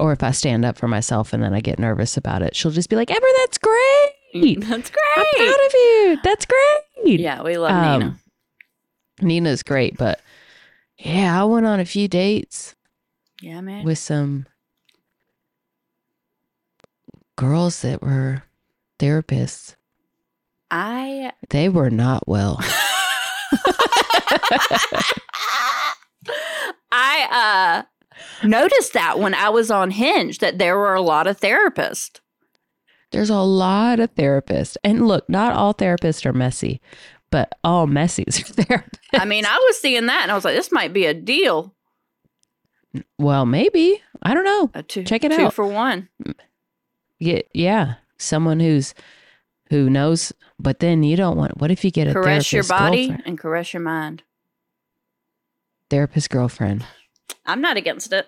Speaker 1: or if I stand up for myself and then I get nervous about it, she'll just be like, Ever, that's great.
Speaker 2: That's
Speaker 1: I'm
Speaker 2: great.
Speaker 1: proud of you. That's great.
Speaker 2: Yeah, we love
Speaker 1: Um,
Speaker 2: Nina.
Speaker 1: Nina's great, but yeah, I went on a few dates
Speaker 2: Yeah, man.
Speaker 1: with some girls that were therapists.
Speaker 2: I
Speaker 1: They were not well.
Speaker 2: I uh noticed that when I was on Hinge that there were a lot of therapists.
Speaker 1: There's a lot of therapists. And look, not all therapists are messy, but all messies are therapists.
Speaker 2: I mean, I was seeing that and I was like, this might be a deal.
Speaker 1: Well, maybe. I don't know.
Speaker 2: A two,
Speaker 1: Check it
Speaker 2: two
Speaker 1: out.
Speaker 2: for one.
Speaker 1: Yeah, yeah, someone who's who knows, but then you don't want. What if you get a
Speaker 2: Caress your
Speaker 1: therapist
Speaker 2: body
Speaker 1: girlfriend,
Speaker 2: and caress your mind.
Speaker 1: therapist girlfriend?
Speaker 2: I'm not against it.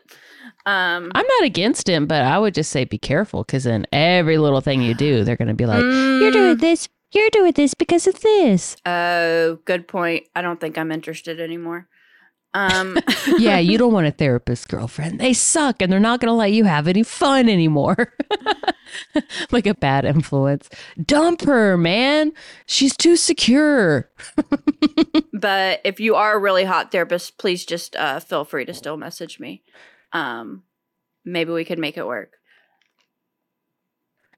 Speaker 2: Um
Speaker 1: I'm not against him, but I would just say be careful because then every little thing you do, they're going to be like,
Speaker 2: mm,
Speaker 1: "You're doing this, you're doing this because of this."
Speaker 2: Oh, good point. I don't think I'm interested anymore. Um
Speaker 1: yeah, you don't want a therapist girlfriend. They suck, and they're not going to let you have any fun anymore. like a bad influence. Dump her, man. She's too secure.
Speaker 2: but if you are a really hot therapist, please just uh, feel free to still message me. Um, maybe we could make it work.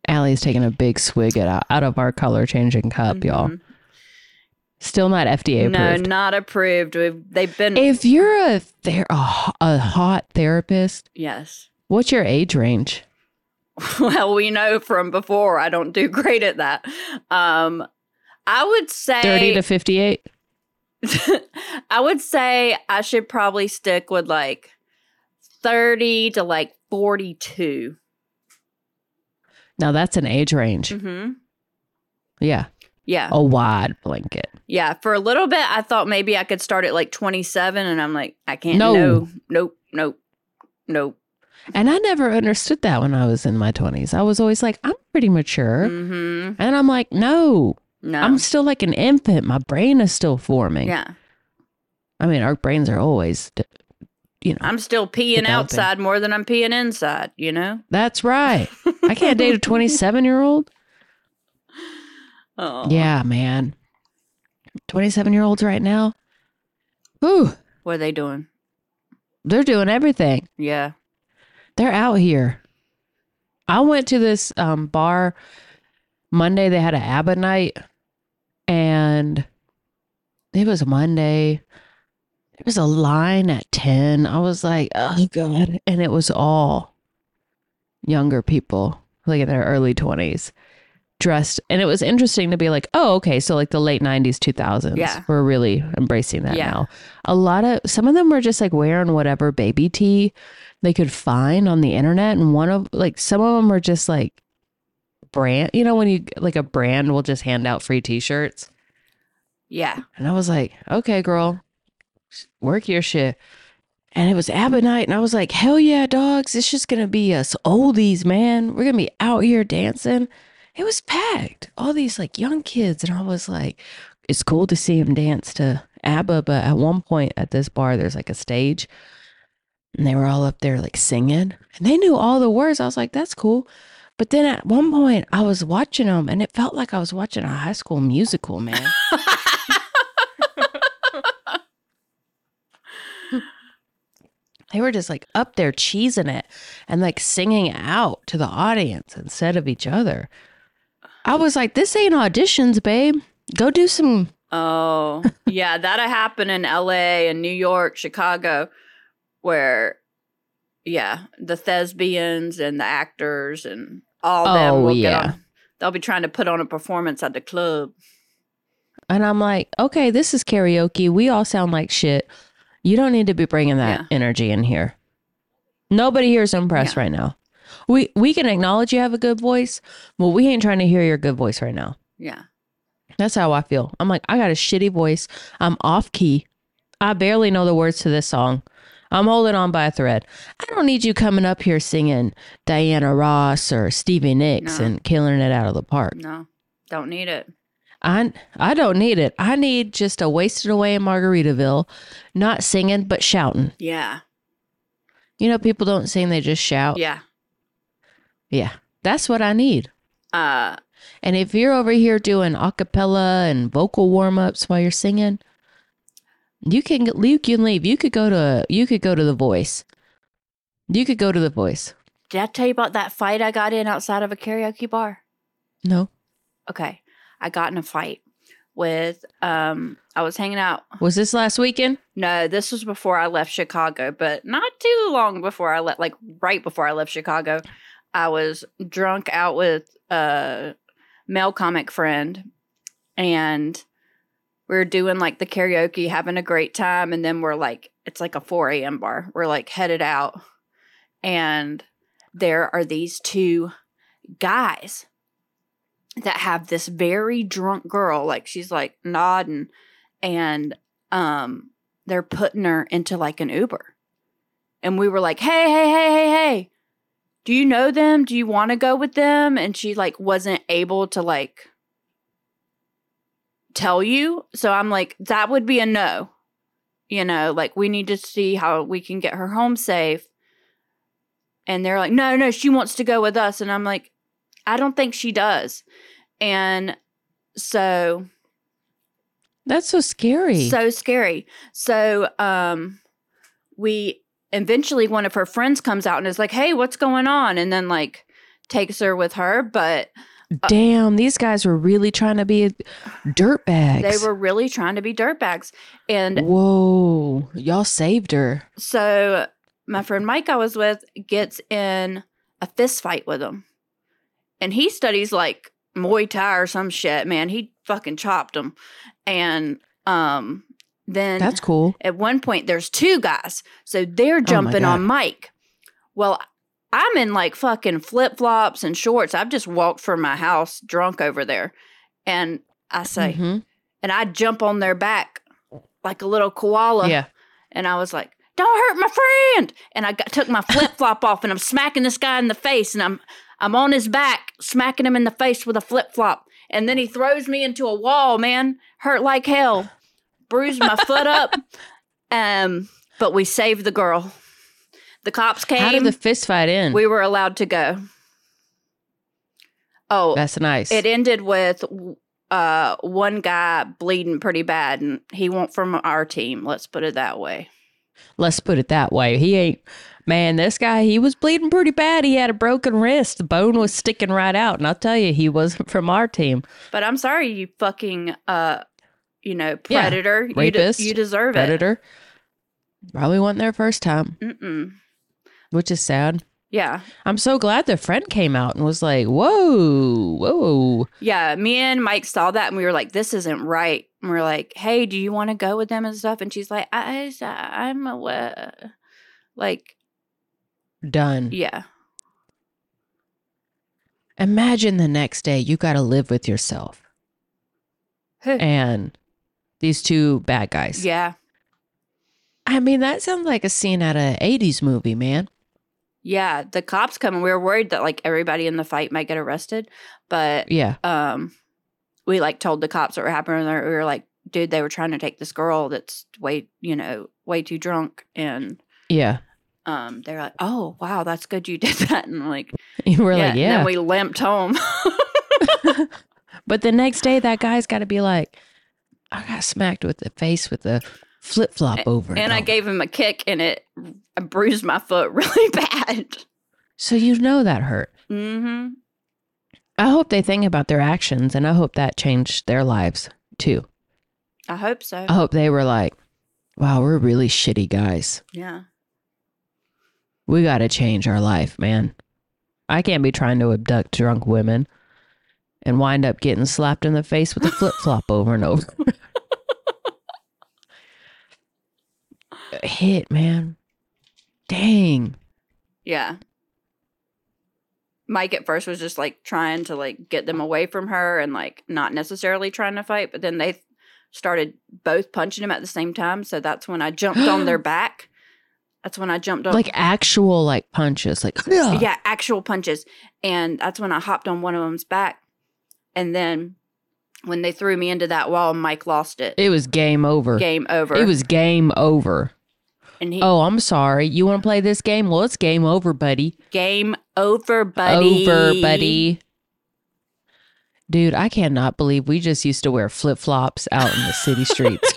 Speaker 1: Allie's taking a big swig at, out of our color changing cup, y'all.
Speaker 2: Mhm.
Speaker 1: Still not FDA
Speaker 2: No,
Speaker 1: approved.
Speaker 2: not approved. We've, they've been
Speaker 1: If you're a ther- a, ho- a hot therapist,
Speaker 2: yes.
Speaker 1: what's your age range?
Speaker 2: Well, we know from before I don't do great at that. Um, I would say
Speaker 1: 30 to 58?
Speaker 2: I would say I should probably stick with like thirty to like forty-two.
Speaker 1: Now that's an age range.
Speaker 2: Mm-hmm.
Speaker 1: Yeah.
Speaker 2: Yeah,
Speaker 1: A wide blanket.
Speaker 2: yeah. For a little bit, I thought maybe I could start at like twenty-seven, and I'm like, I can't.
Speaker 1: No.
Speaker 2: no nope, nope, nope.
Speaker 1: And I never understood that when I was in my 20s. I was always like, I'm pretty mature.
Speaker 2: Mm-hmm.
Speaker 1: And I'm like, no,
Speaker 2: No.
Speaker 1: I'm still like an infant. My brain is still forming.
Speaker 2: yeah.
Speaker 1: I mean, our brains are always, d- you know,
Speaker 2: I'm still peeing
Speaker 1: Developing.
Speaker 2: outside more than I'm peeing inside, you know?
Speaker 1: that's right. I can't date a 27 year old.
Speaker 2: Oh.
Speaker 1: Yeah, man. 27 year olds right now. Ooh,
Speaker 2: What are they doing?
Speaker 1: they're doing everything.
Speaker 2: Yeah.
Speaker 1: They're out here. I went to this um, bar Monday. They had an ABBA night, and it was Monday. There was a line at 10. I was like, oh, God. And it was all younger people, like in their early 20s, dressed. And it was interesting to be like, oh, okay. So, like the late 90s, 2000s,
Speaker 2: Yeah.
Speaker 1: we're really embracing that
Speaker 2: Yeah.
Speaker 1: now. A lot of, some of them were just like wearing whatever baby tee they could find on the internet. And one of, like, some of them were just like, brand you know when you like a brand will just hand out free t-shirts
Speaker 2: Yeah.
Speaker 1: and I was like, okay, girl, work your shit. And it was ABBA night. And I was like, hell yeah, dogs. It's just going to be us oldies, man. We're going to be out here dancing. It was packed. All these like young kids. And I was like, it's cool to see them dance to ABBA. But at one point at this bar, there's like a stage. And they were all up there like singing. And they knew all the words. I was like, that's cool. But then at one point, I was watching them and it felt like I was watching a high school musical, man. they were just like up there cheesing it and like singing out to the audience instead of each other. I was like, this ain't auditions, babe. Go do some.
Speaker 2: oh. Yeah, that'll happen in LA and New York, Chicago, where yeah, the thespians and the actors and all
Speaker 1: Oh,
Speaker 2: them will
Speaker 1: yeah.
Speaker 2: get on. They'll be trying to put on a performance at the club.
Speaker 1: And I'm like, okay, this is karaoke. We all sound like shit. You don't need to be bringing that
Speaker 2: Yeah.
Speaker 1: energy in here. Nobody here is impressed
Speaker 2: Yeah.
Speaker 1: right now. We we can acknowledge you have a good voice, but we ain't trying to hear your good voice right now.
Speaker 2: Yeah.
Speaker 1: That's how I feel. I'm like, I got a shitty voice. I'm off key. I barely know the words to this song. I'm holding on by a thread. I don't need you coming up here singing Diana Ross or Stevie Nicks
Speaker 2: No.
Speaker 1: and killing it out of the park.
Speaker 2: No. Don't need it.
Speaker 1: I I don't need it. I need just a wasted away in Margaritaville, not singing but shouting.
Speaker 2: Yeah.
Speaker 1: You know, people don't sing; they just shout.
Speaker 2: Yeah.
Speaker 1: yeah. That's what I need.
Speaker 2: Uh
Speaker 1: And if you're over here doing a cappella and vocal warm ups while you're singing, you can you can leave. You could go to you could go to the voice. You could go to the voice.
Speaker 2: did I tell you about that fight I got in outside of a karaoke bar?
Speaker 1: No.
Speaker 2: Okay. I got in a fight with um I was hanging out
Speaker 1: Was this last weekend?
Speaker 2: No, this was before I left Chicago, but not too long before I left, like right before I left Chicago, I was drunk out with a male comic friend and we are doing like the karaoke, having a great time. And then we're like, it's like a 4 a.m. bar. We're like headed out. And there are these two guys that have this very drunk girl. Like she's like nodding and, um, they're putting her into like an Uber. And we were like, hey, hey, hey, hey, hey, do you know them? Do you want to go with them? And she like wasn't able to like tell you. So I'm like, that would be a no. You know, like we need to see how we can get her home safe. And they're like, no, no, she wants to go with us. And I'm like, I don't think she does. And so
Speaker 1: That's so scary.
Speaker 2: so scary. So um we eventually one of her friends comes out and is like, "Hey, what's going on?" and then like takes her with her, but uh,
Speaker 1: Damn, these guys were really trying to be dirtbags.
Speaker 2: they were really trying to be dirtbags. And
Speaker 1: Whoa, y'all saved her.
Speaker 2: so my friend Mike I was with gets in a fist fight with him. And he studies like Muay Thai or some shit, man. He fucking chopped him. And um then
Speaker 1: That's cool.
Speaker 2: At one point, there's two guys. So they're jumping
Speaker 1: Oh God.
Speaker 2: on Mike. Well, I'm in like fucking flip flops and shorts. I've just walked from my house drunk over there. And I say,
Speaker 1: Mhm.
Speaker 2: and I jump on their back like a little koala.
Speaker 1: Yeah.
Speaker 2: And I was like, don't hurt my friend. And I got, took my flip flop off and I'm smacking this guy in the face. And I'm, I'm on his back, smacking him in the face with a flip flop. And then he throws me into a wall, man. Hurt like hell. Bruised my foot up. Um, but we saved the girl. The cops
Speaker 1: How did
Speaker 2: came.
Speaker 1: the fist fight end?
Speaker 2: we were allowed to go. Oh,
Speaker 1: That's nice.
Speaker 2: it ended with uh, one guy bleeding pretty bad, and he won't from our team. Let's put it that way.
Speaker 1: Let's put it that way. He ain't man, this guy, he was bleeding pretty bad. He had a broken wrist. The bone was sticking right out. And I'll tell you, he wasn't from our team.
Speaker 2: But I'm sorry, you fucking, uh, you know,
Speaker 1: Yeah,
Speaker 2: predator, You de-
Speaker 1: rapist,
Speaker 2: You, deserve
Speaker 1: Predator. Probably wasn't their first time,
Speaker 2: it. Mm-mm.
Speaker 1: which is sad.
Speaker 2: Yeah,
Speaker 1: I'm so glad their friend came out and was like, Whoa, whoa.
Speaker 2: yeah. Me and Mike saw that, and we were like, "This isn't right." And we are like, "Hey, do you want to go with them and stuff?" And she's like, "I, I I'm a, wa- like,
Speaker 1: Done.
Speaker 2: yeah,
Speaker 1: Imagine the next day you gotta live with yourself
Speaker 2: Huh.
Speaker 1: and these two bad guys.
Speaker 2: yeah,
Speaker 1: I mean, that sounds like a scene out of an 80s movie, man.
Speaker 2: yeah." The cops come, and we were worried that like everybody in the fight might get arrested, but
Speaker 1: Yeah.
Speaker 2: um, we like told the cops what were happening. and We were like, "Dude, they were trying to take this girl that's way, you know, way too drunk," and
Speaker 1: Yeah.
Speaker 2: um, they're like, "Oh, wow, that's good you did that," and like,
Speaker 1: You were like,
Speaker 2: And
Speaker 1: Yeah.
Speaker 2: then we limped home.
Speaker 1: But the next day, that guy's got to be like, I got smacked with the face with the flip flop over.
Speaker 2: and I
Speaker 1: over."
Speaker 2: gave him a kick, and it I bruised my foot really bad.
Speaker 1: So you know that hurt.
Speaker 2: hmm
Speaker 1: I hope they think about their actions and I hope that changed their lives too.
Speaker 2: I hope so.
Speaker 1: I hope they were like, wow, we're really shitty guys.
Speaker 2: Yeah.
Speaker 1: We got to change our life, man. I can't be trying to abduct drunk women and wind up getting slapped in the face with a flip flop over and over. Hit, man. Dang.
Speaker 2: Yeah. Mike at first was just like trying to like get them away from her and like not necessarily trying to fight, but then they started both punching him at the same time. So that's when I jumped on their back. That's when I jumped on
Speaker 1: Like actual like punches, like yeah.
Speaker 2: Oh. yeah, actual punches. And that's when I hopped on one of them's back. And then when they threw me into that wall, Mike lost it.
Speaker 1: It was game over.
Speaker 2: Game over.
Speaker 1: It was game over.
Speaker 2: and he
Speaker 1: Oh, I'm sorry. You want to play this game? Well, it's game over, buddy.
Speaker 2: game over, buddy.
Speaker 1: Over, buddy. Dude, I cannot believe we just used to wear flip flops out in the city streets.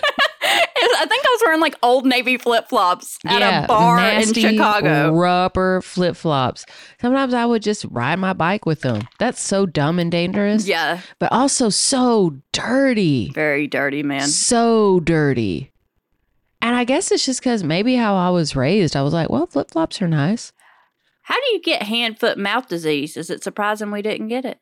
Speaker 2: I think I was wearing like old navy flip flops at a bar in
Speaker 1: nasty
Speaker 2: Chicago.
Speaker 1: Rubber flip flops. Sometimes I would just ride my bike with them. That's so dumb and dangerous,
Speaker 2: Yeah,
Speaker 1: but also so dirty.
Speaker 2: very dirty, man.
Speaker 1: So dirty. And I guess it's just because maybe how I was raised, I was like, well, flip flops are nice.
Speaker 2: How do you get hand, foot, mouth disease? Is it surprising we didn't get it?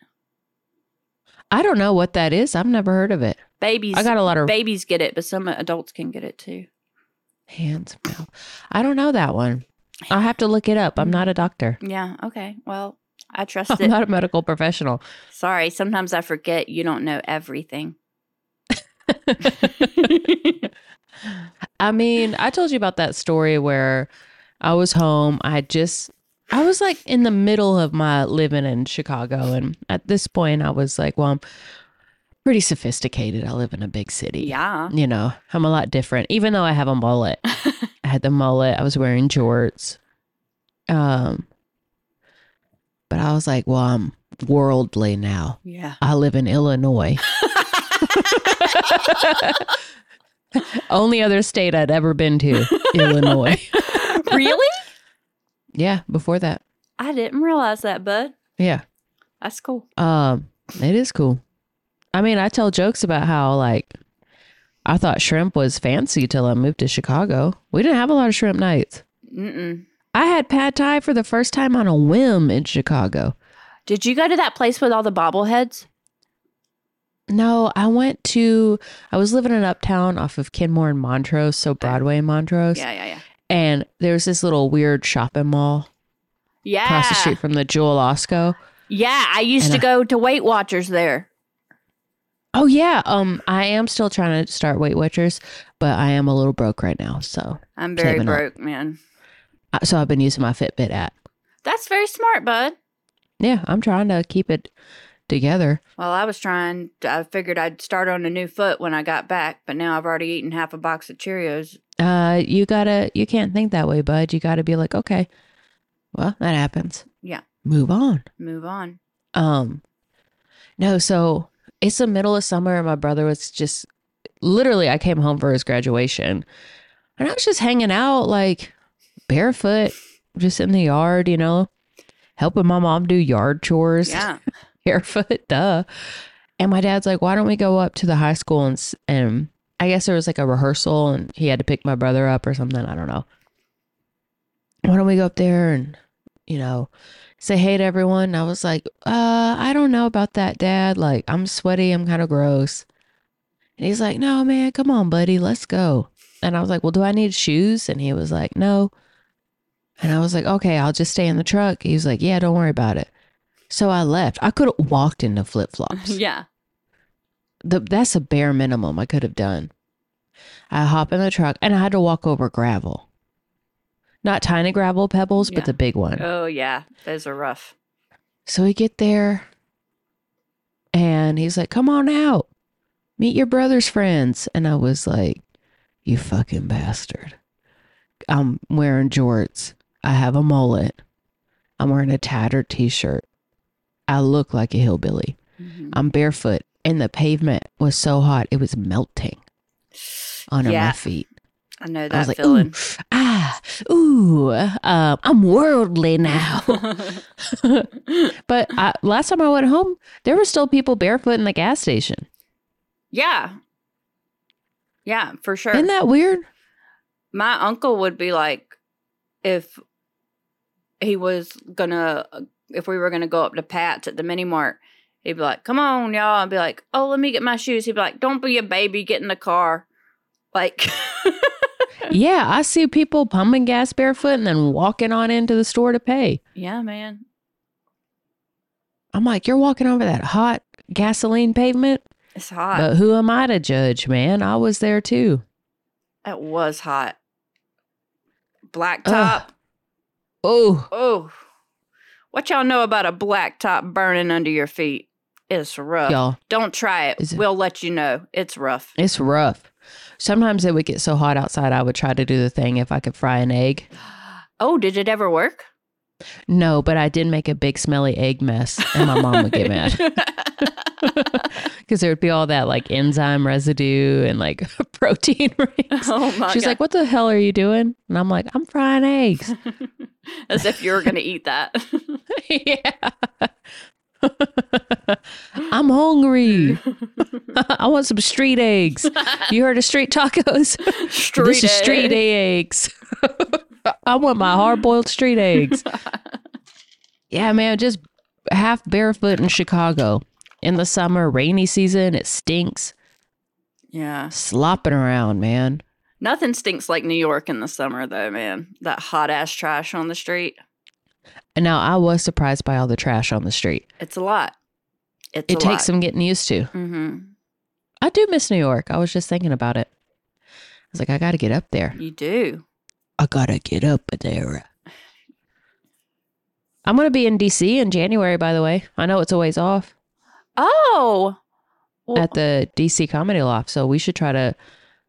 Speaker 1: I don't know what that is. I've never heard of it.
Speaker 2: Babies,
Speaker 1: I got a lot of
Speaker 2: babies get it, but some adults can get it too.
Speaker 1: hands, mouth. I don't know that one. I'll have to look it up. I'm not a doctor.
Speaker 2: Yeah. Okay. Well, I trust
Speaker 1: I'm
Speaker 2: it.
Speaker 1: not a medical professional.
Speaker 2: Sorry. Sometimes I forget you don't know everything.
Speaker 1: I mean, I told you about that story where I was home. I had just, I was like in the middle of my living in Chicago. And at this point, I was like, well, I'm pretty sophisticated. I live in a big city.
Speaker 2: Yeah.
Speaker 1: You know, I'm a lot different, even though I have a mullet. I had the mullet, I was wearing jorts. Um, but I was like, well, I'm worldly now.
Speaker 2: Yeah.
Speaker 1: I live in Illinois. Only other state I'd ever been to, Illinois.
Speaker 2: really?
Speaker 1: Yeah, before that.
Speaker 2: I didn't realize that, bud.
Speaker 1: Yeah.
Speaker 2: That's cool.
Speaker 1: Um, it is cool. I mean, I tell jokes about how like I thought shrimp was fancy till I moved to Chicago. We didn't have a lot of shrimp nights.
Speaker 2: Mm-mm.
Speaker 1: I had pad thai for the first time on a whim in Chicago.
Speaker 2: Did you go to that place with all the bobbleheads?
Speaker 1: No, I went to I was living in uptown off of Kenmore and Montrose, so Broadway and Montrose.
Speaker 2: Yeah, yeah, yeah.
Speaker 1: and there's this little weird shopping mall
Speaker 2: Yeah.
Speaker 1: across the street from the Jewel Osco.
Speaker 2: Yeah, I used
Speaker 1: And
Speaker 2: to
Speaker 1: I-
Speaker 2: go to Weight Watchers there.
Speaker 1: Oh yeah, um, I am still trying to start Weight Watchers, but I am a little broke right now, so
Speaker 2: I'm very
Speaker 1: Saving up.
Speaker 2: broke, man.
Speaker 1: I- so I've been using my Fitbit app.
Speaker 2: That's very smart, bud.
Speaker 1: Yeah, I'm trying to keep it together.
Speaker 2: Well, I was trying. I figured I'd start on a new foot when I got back, but now I've already eaten half a box of Cheerios.
Speaker 1: Uh, you gotta, you can't think that way, bud. You gotta be like, okay, well, that happens.
Speaker 2: Yeah.
Speaker 1: move on.
Speaker 2: Move on.
Speaker 1: Um, no, so it's the middle of summer, and my brother was just literally, I came home for his graduation, and I was just hanging out like barefoot, just in the yard, you know, helping my mom do yard chores,
Speaker 2: Yeah.
Speaker 1: barefoot, duh. And my dad's like, why don't we go up to the high school and, s- and I guess there was like a rehearsal and he had to pick my brother up or something. I don't know. Why don't we go up there and, you know, say hey to everyone? And I was like, uh, I don't know about that, dad. Like, I'm sweaty. I'm kind of gross. And he's like, no, man, come on, buddy. Let's go. And I was like, well, do I need shoes? And he was like, no. And I was like, okay, I'll just stay in the truck. He was like, yeah, don't worry about it. So I left. I could have walked into flip flops
Speaker 2: yeah.
Speaker 1: the that's a bare minimum I could have done. I hop in the truck and I had to walk over gravel. Not tiny gravel pebbles,
Speaker 2: Yeah.
Speaker 1: but the big one.
Speaker 2: Oh, yeah. Those are rough.
Speaker 1: So we get there and he's like, Come on out. Meet your brother's friends. And I was like, You fucking bastard. I'm wearing jorts. I have a mullet. I'm wearing a tattered t shirt. I look like a hillbilly.
Speaker 2: Mhm.
Speaker 1: I'm barefoot and the pavement was so hot it was melting under
Speaker 2: Yeah.
Speaker 1: Oh, my feet.
Speaker 2: I know
Speaker 1: I was
Speaker 2: that
Speaker 1: like,
Speaker 2: feeling.
Speaker 1: ooh, ah, ooh, uh, I'm worldly now. but I, last time I went home, there were still people barefoot in the gas station.
Speaker 2: yeah. Yeah, for sure.
Speaker 1: Isn't that weird?
Speaker 2: my uncle would be like if he was gonna if we were gonna go up to pat's at the mini mart he'd be like come on y'all i'd be like oh let me get my shoes he'd be like don't be a baby get in the car like
Speaker 1: yeah, I see people pumping gas barefoot and then walking on into the store to pay.
Speaker 2: yeah man
Speaker 1: I'm like, you're walking over that hot gasoline pavement,
Speaker 2: It's hot.
Speaker 1: but who am I to judge, man? I was there too.
Speaker 2: it was hot. Blacktop.
Speaker 1: Oh,
Speaker 2: Oh, what y'all know about a blacktop burning under your feet? It's rough.
Speaker 1: y'all,
Speaker 2: Don't try it.
Speaker 1: Is it-
Speaker 2: We'll let you know. It's rough.
Speaker 1: it's rough. Sometimes it would get so hot outside, I would try to do the thing if I could fry an egg.
Speaker 2: Oh, did it ever work?
Speaker 1: No, but I did make a big smelly egg mess, and my mom would get mad because there would be all that like enzyme residue and like protein rings.
Speaker 2: oh my
Speaker 1: She's like,
Speaker 2: God.
Speaker 1: "What the hell are you doing?" And I'm like, "I'm frying eggs."
Speaker 2: as if you were going to eat that.
Speaker 1: yeah. I'm hungry. I want some street eggs. You heard of street tacos?
Speaker 2: street
Speaker 1: this is street
Speaker 2: egg.
Speaker 1: eggs. I want my hard boiled street eggs. yeah, man, just half barefoot in Chicago in the summer, rainy season. It stinks.
Speaker 2: Yeah.
Speaker 1: Slopping around, man.
Speaker 2: Nothing stinks like New York in the summer, though, man. That hot ass trash on the street.
Speaker 1: And now I was surprised by all the trash on the street.
Speaker 2: It's a lot. It's
Speaker 1: it takes some getting used to.
Speaker 2: Mm-hmm.
Speaker 1: I do miss New York. I was just thinking about it. I was like, I got to get up there.
Speaker 2: You do.
Speaker 1: I gotta get up there. I'm gonna be in DC in January, by the way. I know it's a ways off
Speaker 2: Oh. Well,
Speaker 1: at the DC Comedy Loft, so we should try to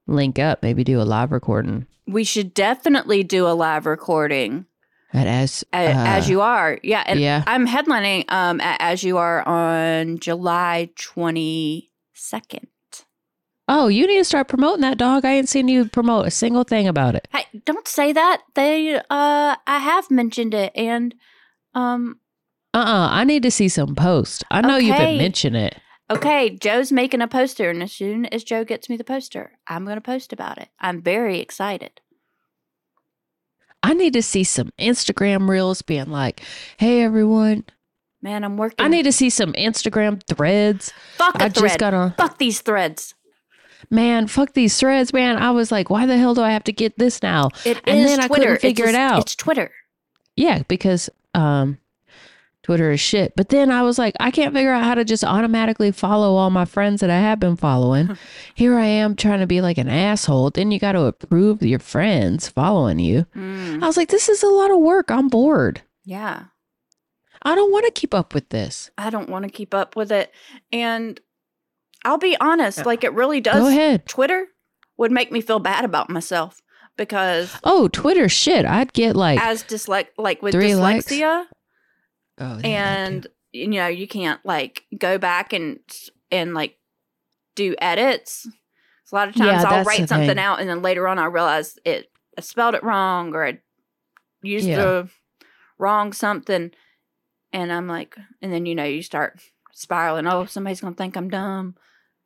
Speaker 1: link up, maybe do a live recording
Speaker 2: we should definitely do a live recording
Speaker 1: at as
Speaker 2: at, as
Speaker 1: uh,
Speaker 2: you are. Yeah. And
Speaker 1: yeah.
Speaker 2: I'm headlining um, at As You Are on July 22nd.
Speaker 1: Oh, you need to start promoting that dog. I ain't seen you promote a single thing about it.
Speaker 2: Hey, don't say that. They, uh, I have mentioned it, and um,
Speaker 1: Uh uh I need to see some posts. I know you've
Speaker 2: Okay.
Speaker 1: been mentioning it.
Speaker 2: okay, Joe's making a poster, and as soon as Joe gets me the poster, I'm gonna post about it. I'm very excited.
Speaker 1: I need to see some Instagram reels being like, hey everyone.
Speaker 2: Man, I'm working.
Speaker 1: I need to see some Instagram threads.
Speaker 2: fuck a
Speaker 1: I
Speaker 2: thread.
Speaker 1: just got on.
Speaker 2: fuck these threads.
Speaker 1: man, fuck these threads, man. I was like, why the hell do I have to get this now?
Speaker 2: It is
Speaker 1: And then I couldn't
Speaker 2: Twitter.
Speaker 1: figure it
Speaker 2: it's,
Speaker 1: out.
Speaker 2: It's Twitter.
Speaker 1: Yeah, because um Twitter is shit. But then I was like, I can't figure out how to just automatically follow all my friends that I have been following. Here I am trying to be like an asshole. Then you got to approve your friends following you.
Speaker 2: Mm,
Speaker 1: I was like, this is a lot of work. I'm bored.
Speaker 2: yeah,
Speaker 1: I don't want to keep up with this.
Speaker 2: I don't want to keep up with it, and I'll be honest. Like it really does.
Speaker 1: Go ahead.
Speaker 2: Twitter would make me feel bad about myself because
Speaker 1: Oh, Twitter shit. I'd get like,
Speaker 2: as dyslex like with
Speaker 1: Three likes.
Speaker 2: dyslexia
Speaker 1: oh, yeah, that
Speaker 2: and you know you can't like go back and and like do edits. So a lot of
Speaker 1: Yeah,
Speaker 2: times I'll
Speaker 1: that's the
Speaker 2: write something
Speaker 1: thing.
Speaker 2: out and then later on I realize it I spelled it wrong or I used
Speaker 1: Yeah.
Speaker 2: the wrong something and I'm like and then you know you start spiraling oh somebody's going to think I'm dumb.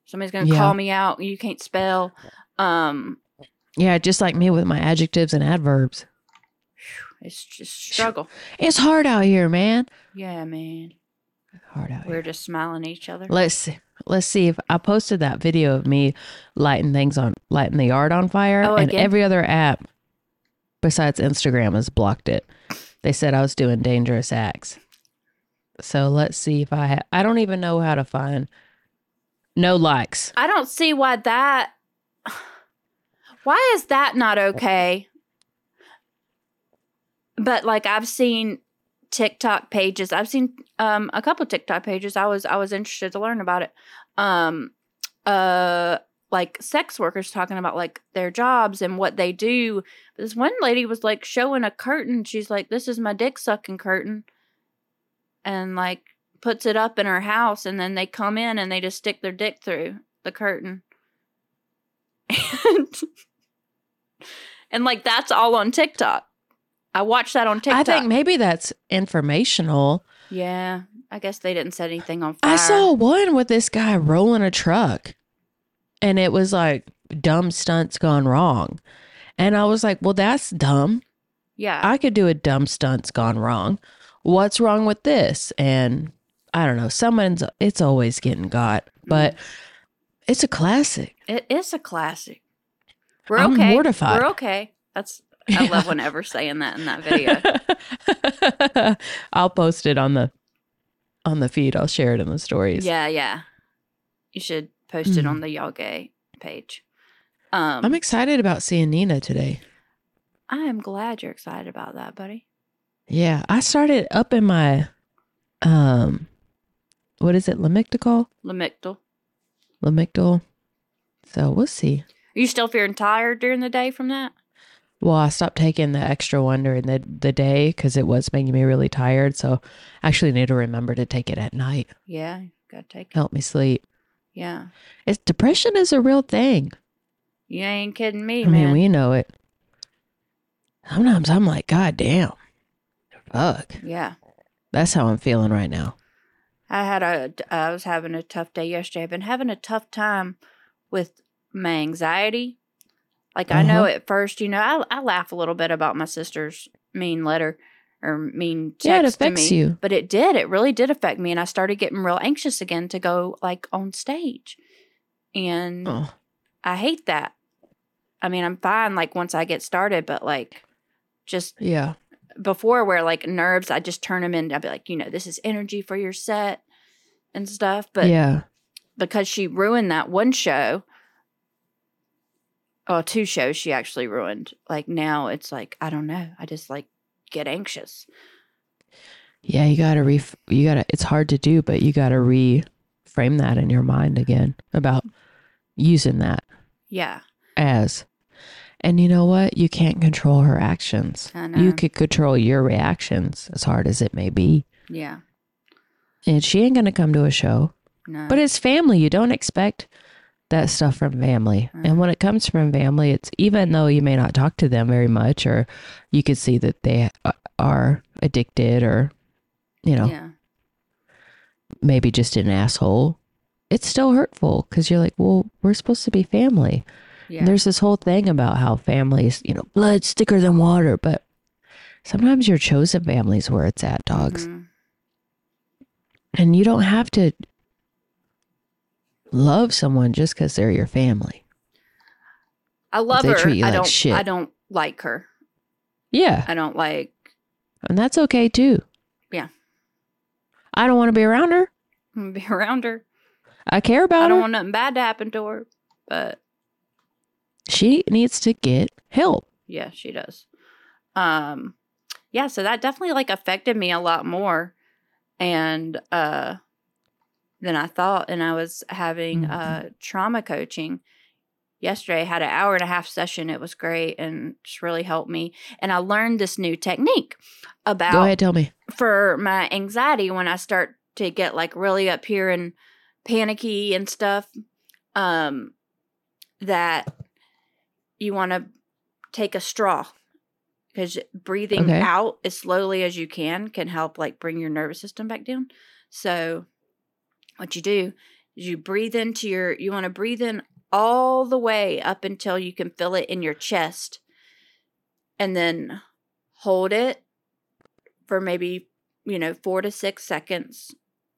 Speaker 2: Somebody's going to
Speaker 1: Yeah.
Speaker 2: call me out you can't spell. Um
Speaker 1: too. yeah, just like me with my adjectives and adverbs.
Speaker 2: it's just struggle.
Speaker 1: It's hard out here, man.
Speaker 2: Yeah, man.
Speaker 1: Hard out here.
Speaker 2: We're just smiling at each other.
Speaker 1: Let's see. Let's see if I posted that video of me lighting things on, lighting the yard on fire,
Speaker 2: Oh,
Speaker 1: and
Speaker 2: again?
Speaker 1: every other app besides Instagram has blocked it. They said I was doing dangerous acts. So let's see if I ha- I don't even know how to find no likes.
Speaker 2: I don't see why that. Why is that not okay? But like I've seen TikTok pages. I've seen um, a couple TikTok pages. I was I was interested to learn about it. Um, uh, like sex workers talking about like their jobs and what they do. This one lady was like showing a curtain. She's like, "This is my dick sucking curtain," and like puts it up in her house, and then they come in and they just stick their dick through the curtain. And, and like that's all on TikTok. I watched that on TikTok.
Speaker 1: I think maybe that's informational.
Speaker 2: Yeah, I guess they didn't set anything on fire.
Speaker 1: I saw one with this guy rolling a truck, and it was like dumb stunts gone wrong, and I was like, well, that's dumb.
Speaker 2: Yeah,
Speaker 1: I could do a dumb stunt's gone wrong. What's wrong with this? And I don't know. Someone's it's always getting got, but it's a classic.
Speaker 2: it is a classic. We're
Speaker 1: I'm
Speaker 2: okay.
Speaker 1: mortified.
Speaker 2: We're okay. That's I love whenever saying that in that video.
Speaker 1: I'll post it on the on the feed. I'll share it in the stories.
Speaker 2: Yeah, yeah. You should post it on the Y'all Gay page. Um,
Speaker 1: Mm. I'm excited about seeing Nina today.
Speaker 2: I am glad you're excited about that, buddy.
Speaker 1: Yeah. I started up in my um what is it, Lamictal?
Speaker 2: Lamictal.
Speaker 1: Lamictal. So we'll see.
Speaker 2: Are you still feeling tired during the day from that?
Speaker 1: Well, I stopped taking the extra one during the, the day because it was making me really tired. So I actually need to remember to take it at night.
Speaker 2: Yeah, gotta take it.
Speaker 1: Help me sleep.
Speaker 2: Yeah.
Speaker 1: It's depression is a real thing.
Speaker 2: You ain't kidding me,
Speaker 1: I mean,
Speaker 2: man.
Speaker 1: we know it. Sometimes I'm like, God damn. Fuck.
Speaker 2: yeah.
Speaker 1: That's how I'm feeling right now.
Speaker 2: I had a I was having a tough day yesterday. I've been having a tough time with my anxiety. Like I know
Speaker 1: Uh-huh.
Speaker 2: at first, you know, I I laugh a little bit about my sister's mean letter or mean text
Speaker 1: Yeah, it
Speaker 2: to
Speaker 1: affects
Speaker 2: me,
Speaker 1: you.
Speaker 2: But it did. It really did affect me and I started getting real anxious again to go like on stage. And
Speaker 1: Oh.
Speaker 2: I hate that. I mean, I'm fine like once I get started, but like just
Speaker 1: Yeah.
Speaker 2: before where like nerves, I just turn them in. I'd be like, you know, this is energy for your set and stuff. But
Speaker 1: yeah.
Speaker 2: because she ruined that one show, oh, two shows she actually ruined. Like now it's like, I don't know. I just like get anxious.
Speaker 1: Yeah, you gotta re you gotta it's hard to do, but you gotta reframe that in your mind again about using that
Speaker 2: Yeah.
Speaker 1: as and you know what? You can't control her actions.
Speaker 2: I know.
Speaker 1: You could control your reactions as hard as it may be.
Speaker 2: Yeah.
Speaker 1: And she ain't gonna come to a show.
Speaker 2: No.
Speaker 1: But it's family. You don't expect that stuff from family. And when it comes from family, it's even though you may not talk to them very much, or you could see that they a- are addicted or, you know,
Speaker 2: yeah.
Speaker 1: maybe just an asshole, it's still hurtful because you're like, well, we're supposed to be family.
Speaker 2: Yeah.
Speaker 1: And There's this whole thing about how families, you know, blood's thicker than water, but sometimes your chosen family's where it's at, dogs
Speaker 2: Mhm. Mm-hmm.
Speaker 1: and you don't have to love someone just because they're your family.
Speaker 2: I love
Speaker 1: they
Speaker 2: her.
Speaker 1: treat you
Speaker 2: I
Speaker 1: like
Speaker 2: don't
Speaker 1: shit.
Speaker 2: I don't like her.
Speaker 1: Yeah,
Speaker 2: I don't like
Speaker 1: and that's okay too.
Speaker 2: Yeah.
Speaker 1: I don't want to be around her.
Speaker 2: be around her.
Speaker 1: I care about
Speaker 2: I
Speaker 1: her.
Speaker 2: don't want nothing bad to happen to her. But
Speaker 1: she needs to get help.
Speaker 2: Yeah, she does. Um yeah, so that definitely like affected me a lot more and uh than I thought and I was having
Speaker 1: Mhm.
Speaker 2: uh trauma coaching yesterday. had an hour and a half session. It was great and it's really helped me and I learned this new technique about
Speaker 1: Go ahead, tell me.
Speaker 2: for my anxiety when I start to get like really up here and panicky and stuff um that you want to take a straw because breathing
Speaker 1: Okay.
Speaker 2: out as slowly as you can can help like bring your nervous system back down so what you do is you breathe into your you want to breathe in all the way up until you can feel it in your chest and then hold it for maybe you know 4 to 6 seconds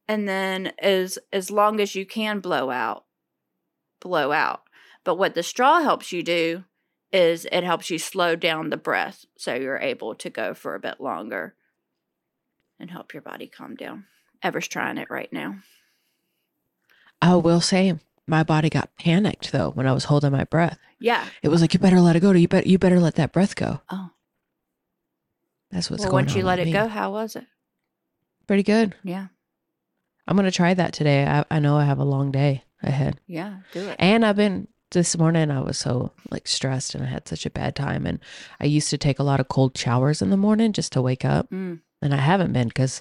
Speaker 2: and then as as long as you can blow out blow out but what the straw helps you do is it helps you slow down the breath so you're able to go for a bit longer and help your body calm down ever's trying it right now
Speaker 1: I will say, Oh, my body got panicked though when I was holding my breath.
Speaker 2: yeah
Speaker 1: It was like you better let it go. You better you better let that breath go.
Speaker 2: oh
Speaker 1: That's what's
Speaker 2: well
Speaker 1: going
Speaker 2: once
Speaker 1: on.
Speaker 2: you let
Speaker 1: with
Speaker 2: it
Speaker 1: me.
Speaker 2: go how was it
Speaker 1: pretty good.
Speaker 2: yeah
Speaker 1: I'm gonna try that today. I, I know I have a long day ahead.
Speaker 2: yeah do it
Speaker 1: And I've been this morning I was so like stressed and I had such a bad time and I used to take a lot of cold showers in the morning just to wake up
Speaker 2: mm.
Speaker 1: and I haven't been cuz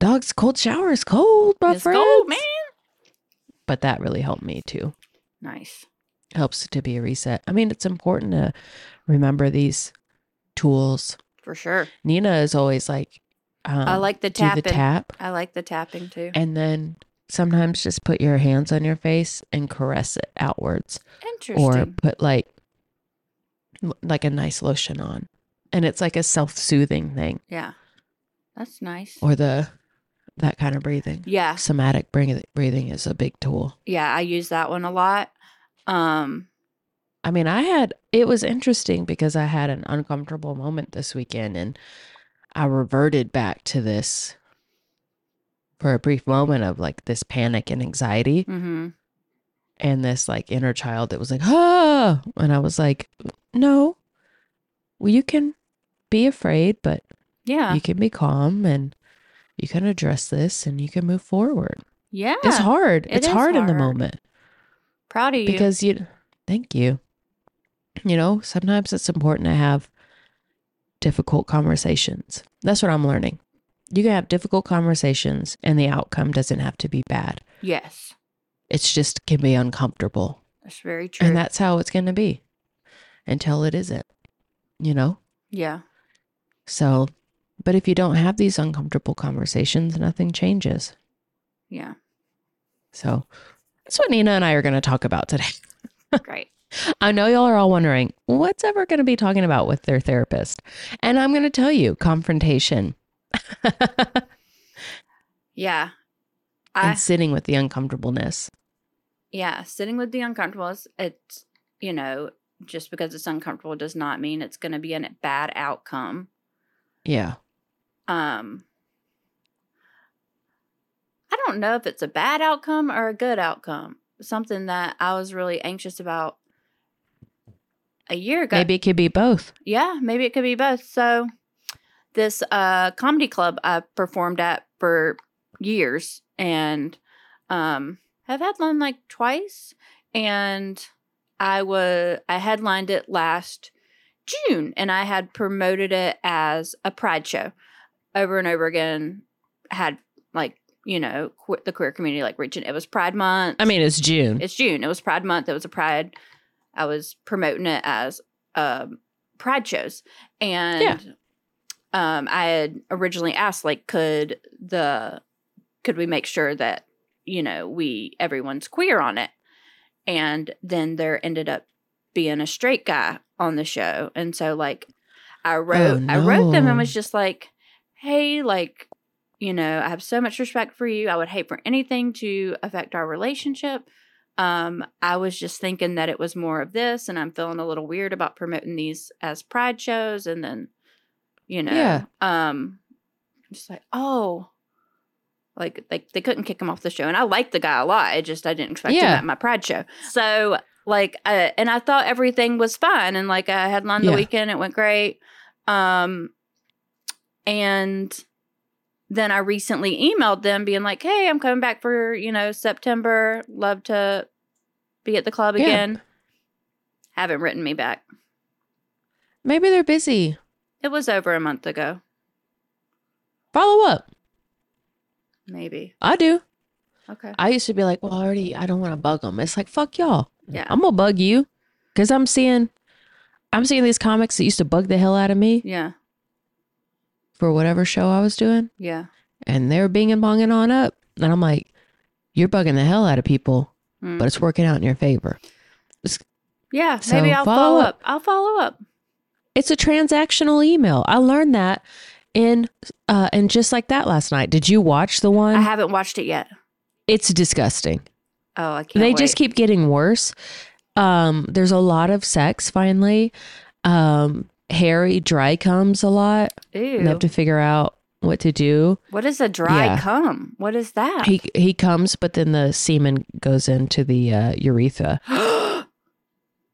Speaker 1: dogs cold shower is cold, my
Speaker 2: It's
Speaker 1: friend.
Speaker 2: cold, man
Speaker 1: But that really helped me too.
Speaker 2: nice
Speaker 1: Helps to be a reset. I mean, it's important to remember these tools.
Speaker 2: for sure
Speaker 1: Nina is always like um,
Speaker 2: i like the
Speaker 1: do the
Speaker 2: tapping
Speaker 1: tap
Speaker 2: i like the tapping too
Speaker 1: and then sometimes just put your hands on your face and caress it outwards. or
Speaker 2: interesting
Speaker 1: put like l- like a nice lotion on and it's like a self-soothing thing
Speaker 2: yeah that's nice
Speaker 1: or the that kind of breathing
Speaker 2: yeah
Speaker 1: somatic breathing breathing is a big tool
Speaker 2: yeah i use that one a lot um
Speaker 1: i mean i had it was interesting because i had an uncomfortable moment this weekend and i reverted back to this for a brief moment of like this panic and anxiety
Speaker 2: Mm-hmm.
Speaker 1: and this like inner child that was like, ah. And I was like, no, well, you can be afraid, but
Speaker 2: Yeah.
Speaker 1: you can be calm and you can address this and you can move forward.
Speaker 2: yeah.
Speaker 1: It's hard.
Speaker 2: It
Speaker 1: it's
Speaker 2: is
Speaker 1: hard, in the
Speaker 2: hard.
Speaker 1: moment
Speaker 2: Proud of you.
Speaker 1: because you, thank you. You know, sometimes it's important to have difficult conversations. That's what I'm learning. You can have difficult conversations and the outcome doesn't have to be bad.
Speaker 2: yes,
Speaker 1: It's just can be uncomfortable.
Speaker 2: that's very true.
Speaker 1: And that's how it's going to be until it isn't, you know?
Speaker 2: yeah.
Speaker 1: So, but if you don't have these uncomfortable conversations, nothing changes.
Speaker 2: Yeah.
Speaker 1: So that's what Nina and I are going to talk about today.
Speaker 2: Great.
Speaker 1: I know y'all are all wondering what's ever going to be talking about with their therapist. And I'm going to tell you confrontation
Speaker 2: Yeah. I
Speaker 1: and sitting with the uncomfortableness.
Speaker 2: yeah, sitting with the uncomfortable is it's you know, just because it's uncomfortable does not mean it's gonna be a bad outcome.
Speaker 1: Yeah.
Speaker 2: Um I don't know if it's a bad outcome or a good outcome. Something that I was really anxious about a year ago.
Speaker 1: Maybe it could be both.
Speaker 2: Yeah, maybe it could be both. So, this uh, comedy club I performed at for years, and um, I've headlined like twice, and I was I headlined it last June, and I had promoted it as a pride show over and over again. Had like you know que- the queer community like reaching it was Pride Month.
Speaker 1: I mean, it's June.
Speaker 2: It's June. It was Pride Month. It was a Pride. I was promoting it as um, Pride shows, and
Speaker 1: Yeah.
Speaker 2: um, I had originally asked, like, could the could we make sure that you know we everyone's queer on it, and then there ended up being a straight guy on the show, and so like I wrote I wrote them and
Speaker 1: Oh, no.
Speaker 2: was just like, hey, like you know, I have so much respect for you. I would hate for anything to affect our relationship. Um, I was just thinking that it was more of this, and I'm feeling a little weird about promoting these as pride shows. And then, you know,
Speaker 1: Yeah.
Speaker 2: um, just like, oh, like, like they couldn't kick him off the show. And I liked the guy a lot. I just, I didn't expect him
Speaker 1: Yeah.
Speaker 2: at my pride show. So, like, uh, and I thought everything was fine. And like, I had lunch the
Speaker 1: Yeah.
Speaker 2: weekend, it went great. Um, and then I recently emailed them being like, hey, I'm coming back for, you know, September. Love to be at the club
Speaker 1: Yeah.
Speaker 2: again. Haven't written me back.
Speaker 1: Maybe they're busy.
Speaker 2: It was over a month ago,
Speaker 1: Follow up.
Speaker 2: maybe.
Speaker 1: I do.
Speaker 2: Okay.
Speaker 1: I used to be like, well, I already, I don't want to bug them. It's like, fuck y'all.
Speaker 2: Yeah.
Speaker 1: I'm going to bug you because I'm seeing, I'm seeing these comics that used to bug the hell out of me
Speaker 2: Yeah.
Speaker 1: for whatever show I was doing.
Speaker 2: Yeah.
Speaker 1: and they're binging bonging on up. And I'm like, you're bugging the hell out of people,
Speaker 2: Mm.
Speaker 1: but it's working out in your favor.
Speaker 2: yeah.
Speaker 1: so
Speaker 2: Maybe I'll follow,
Speaker 1: follow
Speaker 2: up. I'll follow up.
Speaker 1: It's a transactional email. I learned that in uh and just like that last night. Did you watch the one?
Speaker 2: I haven't watched it yet.
Speaker 1: it's disgusting.
Speaker 2: Oh, I can't.
Speaker 1: They just keep getting worse. Um, there's a lot of sex finally. Um, Harry dry comes a lot.
Speaker 2: keep.
Speaker 1: They have to figure out what to do.
Speaker 2: what is a dry
Speaker 1: Yeah.
Speaker 2: cum? What is that?
Speaker 1: He he comes, but then the semen goes into the uh, urethra.
Speaker 2: Oh,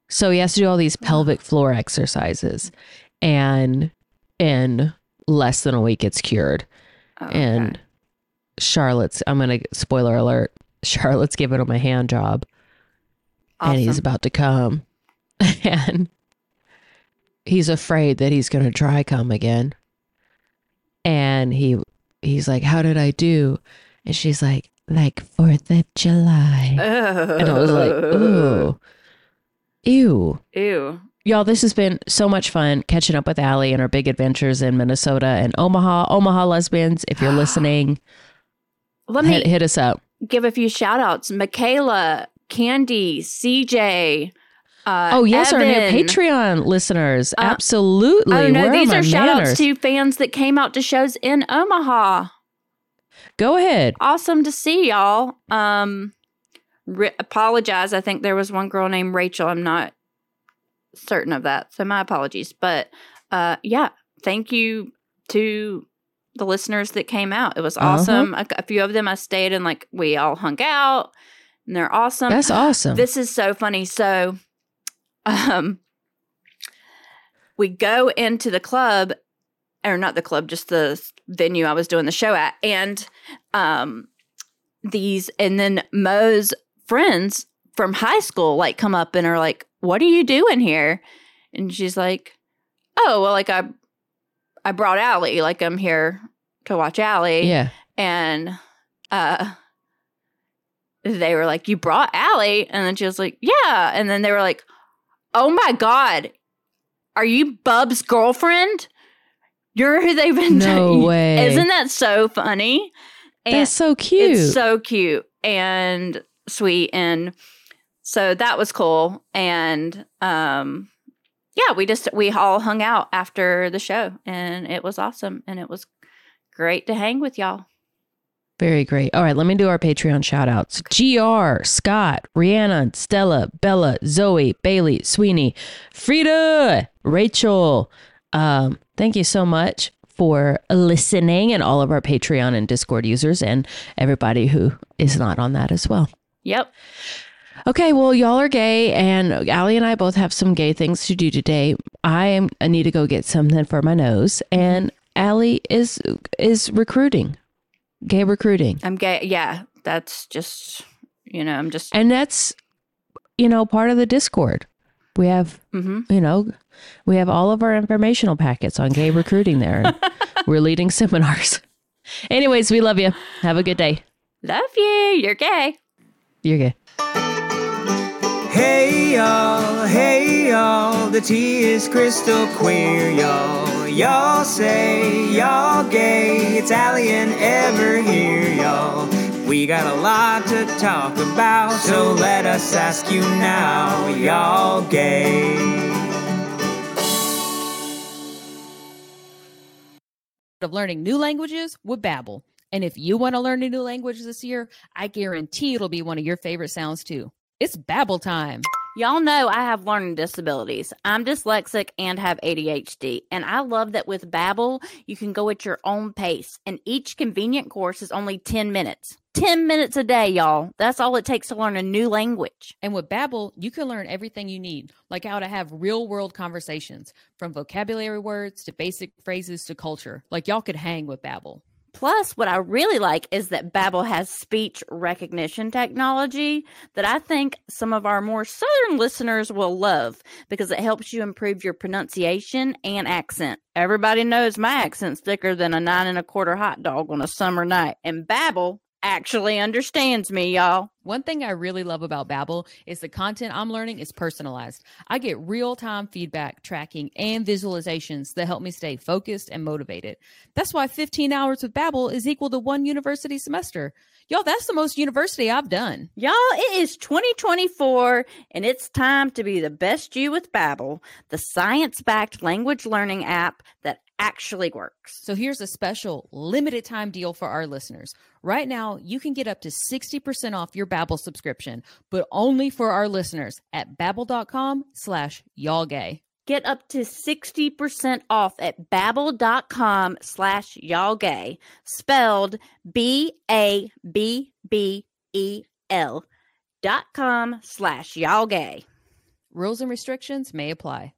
Speaker 1: So he has to do all these pelvic floor exercises, and in less than a week, it's cured.
Speaker 2: Okay.
Speaker 1: And Charlotte's, I'm gonna spoiler alert. Charlotte's giving him a hand job, and he's
Speaker 2: Awesome.
Speaker 1: about to come, and he's afraid that he's gonna try come again. And he he's like, "How did I do?" And she's like, "Like Fourth of July." and I was like, "Ooh, ew."
Speaker 2: Ew.
Speaker 1: Y'all, this has been so much fun catching up with Allie and her big adventures in Minnesota and Omaha. Omaha lesbians, if you're listening,
Speaker 2: Let me
Speaker 1: hit, hit us up.
Speaker 2: give a few shout outs. Michaela, Candy, CJ. Uh,
Speaker 1: oh, yes, our
Speaker 2: Evan.
Speaker 1: new Patreon listeners.
Speaker 2: Uh,
Speaker 1: Absolutely.
Speaker 2: Oh,
Speaker 1: Where
Speaker 2: no, these
Speaker 1: my
Speaker 2: are shout outs
Speaker 1: manners?
Speaker 2: to fans that came out to shows in Omaha.
Speaker 1: Go ahead.
Speaker 2: Awesome to see y'all. Um, re- apologize. I think there was one girl named Rachel. I'm not certain of that. So my apologies. But uh, yeah, thank you to the listeners that came out. It was
Speaker 1: Uh-huh.
Speaker 2: awesome. A, a few of them I stayed and like we all hung out, and they're awesome.
Speaker 1: That's awesome.
Speaker 2: Um, This is so funny. So, um, we go into the club, or not the club, just the venue I was doing the show at, and um, these, and then Mo's friends from high school like come up and are like, "What are you doing here?" And she's like, "Oh, well, like I, I brought Allie. Like I'm here to watch Allie."
Speaker 1: yeah.
Speaker 2: and uh they were like, You brought Allie? And then she was like, Yeah. And then they were like, Oh my God, are you Bub's girlfriend? You're who they've been
Speaker 1: No way.
Speaker 2: Isn't that so funny? And
Speaker 1: That's so cute.
Speaker 2: it's so cute and sweet. And so that was cool. And um yeah, we just we all hung out after the show and it was awesome and it was great to hang with y'all.
Speaker 1: Very great. All right, let me do our Patreon shout outs. GR, Scott, Rhiannon, Stella, Bella, Zoe, Bailey, Sweeney, Frida, Rachel. Um, thank you so much for listening and all of our Patreon and Discord users and everybody who is not on that as well.
Speaker 2: Yep.
Speaker 1: Okay, well, y'all are gay, and Allie and I both have some gay things to do today. I am. I need to go get something for my nose, and Allie is is recruiting, gay recruiting.
Speaker 2: I'm gay. Yeah. That's just, you know, I'm just,
Speaker 1: And that's, you know, part of the Discord. We have,
Speaker 2: hmm
Speaker 1: you know, we have all of our informational packets on gay recruiting there. We're leading seminars. Anyways, we love you. Have a good day.
Speaker 2: love you. You're gay.
Speaker 1: You're gay.
Speaker 3: Hey y'all, hey y'all, the tea is crystal queer, y'all. Y'all say y'all gay, it's Allie and Ever here, y'all. We got a lot to talk about, so let us ask you now, y'all gay.
Speaker 4: of learning new languages with Babbel. And if you want to learn a new language this year, I guarantee it'll be one of your favorite sounds too. It's Babbel time.
Speaker 2: Y'all know I have learning disabilities. I'm dyslexic and have ADHD. And I love that with Babbel, you can go at your own pace. And each convenient course is only 10 minutes. 10 minutes a day, y'all. That's all it takes to learn a new language.
Speaker 4: And with Babbel, you can learn everything you need, like how to have real-world conversations, from vocabulary words to basic phrases to culture. Like y'all could hang with Babbel.
Speaker 2: Plus, what I really like is that Babbel has speech recognition technology that I think some of our more southern listeners will love because it helps you improve your pronunciation and accent. Everybody knows my accent's thicker than a nine and a quarter hot dog on a summer night, and Babbel actually understands me, y'all.
Speaker 4: One thing I really love about Babbel is the content I'm learning is personalized. I get real-time feedback, tracking, and visualizations that help me stay focused and motivated. That's why 15 hours with Babbel is equal to one university semester. Y'all, that's the most university I've done.
Speaker 2: Y'all, it is 2024 and it's time to be the best you with Babbel, the science-backed language learning app that actually works.
Speaker 4: So here's a special limited time deal for our listeners. Right now, you can get up to 60% off your Babbel subscription, but only for our listeners at babbel.com slash y'all gay.
Speaker 2: Get up to 60% off at babbel.com slash y'all gay, spelled B-A-B-B-E-L E dot com slash y'all gay.
Speaker 4: Rules and restrictions may apply.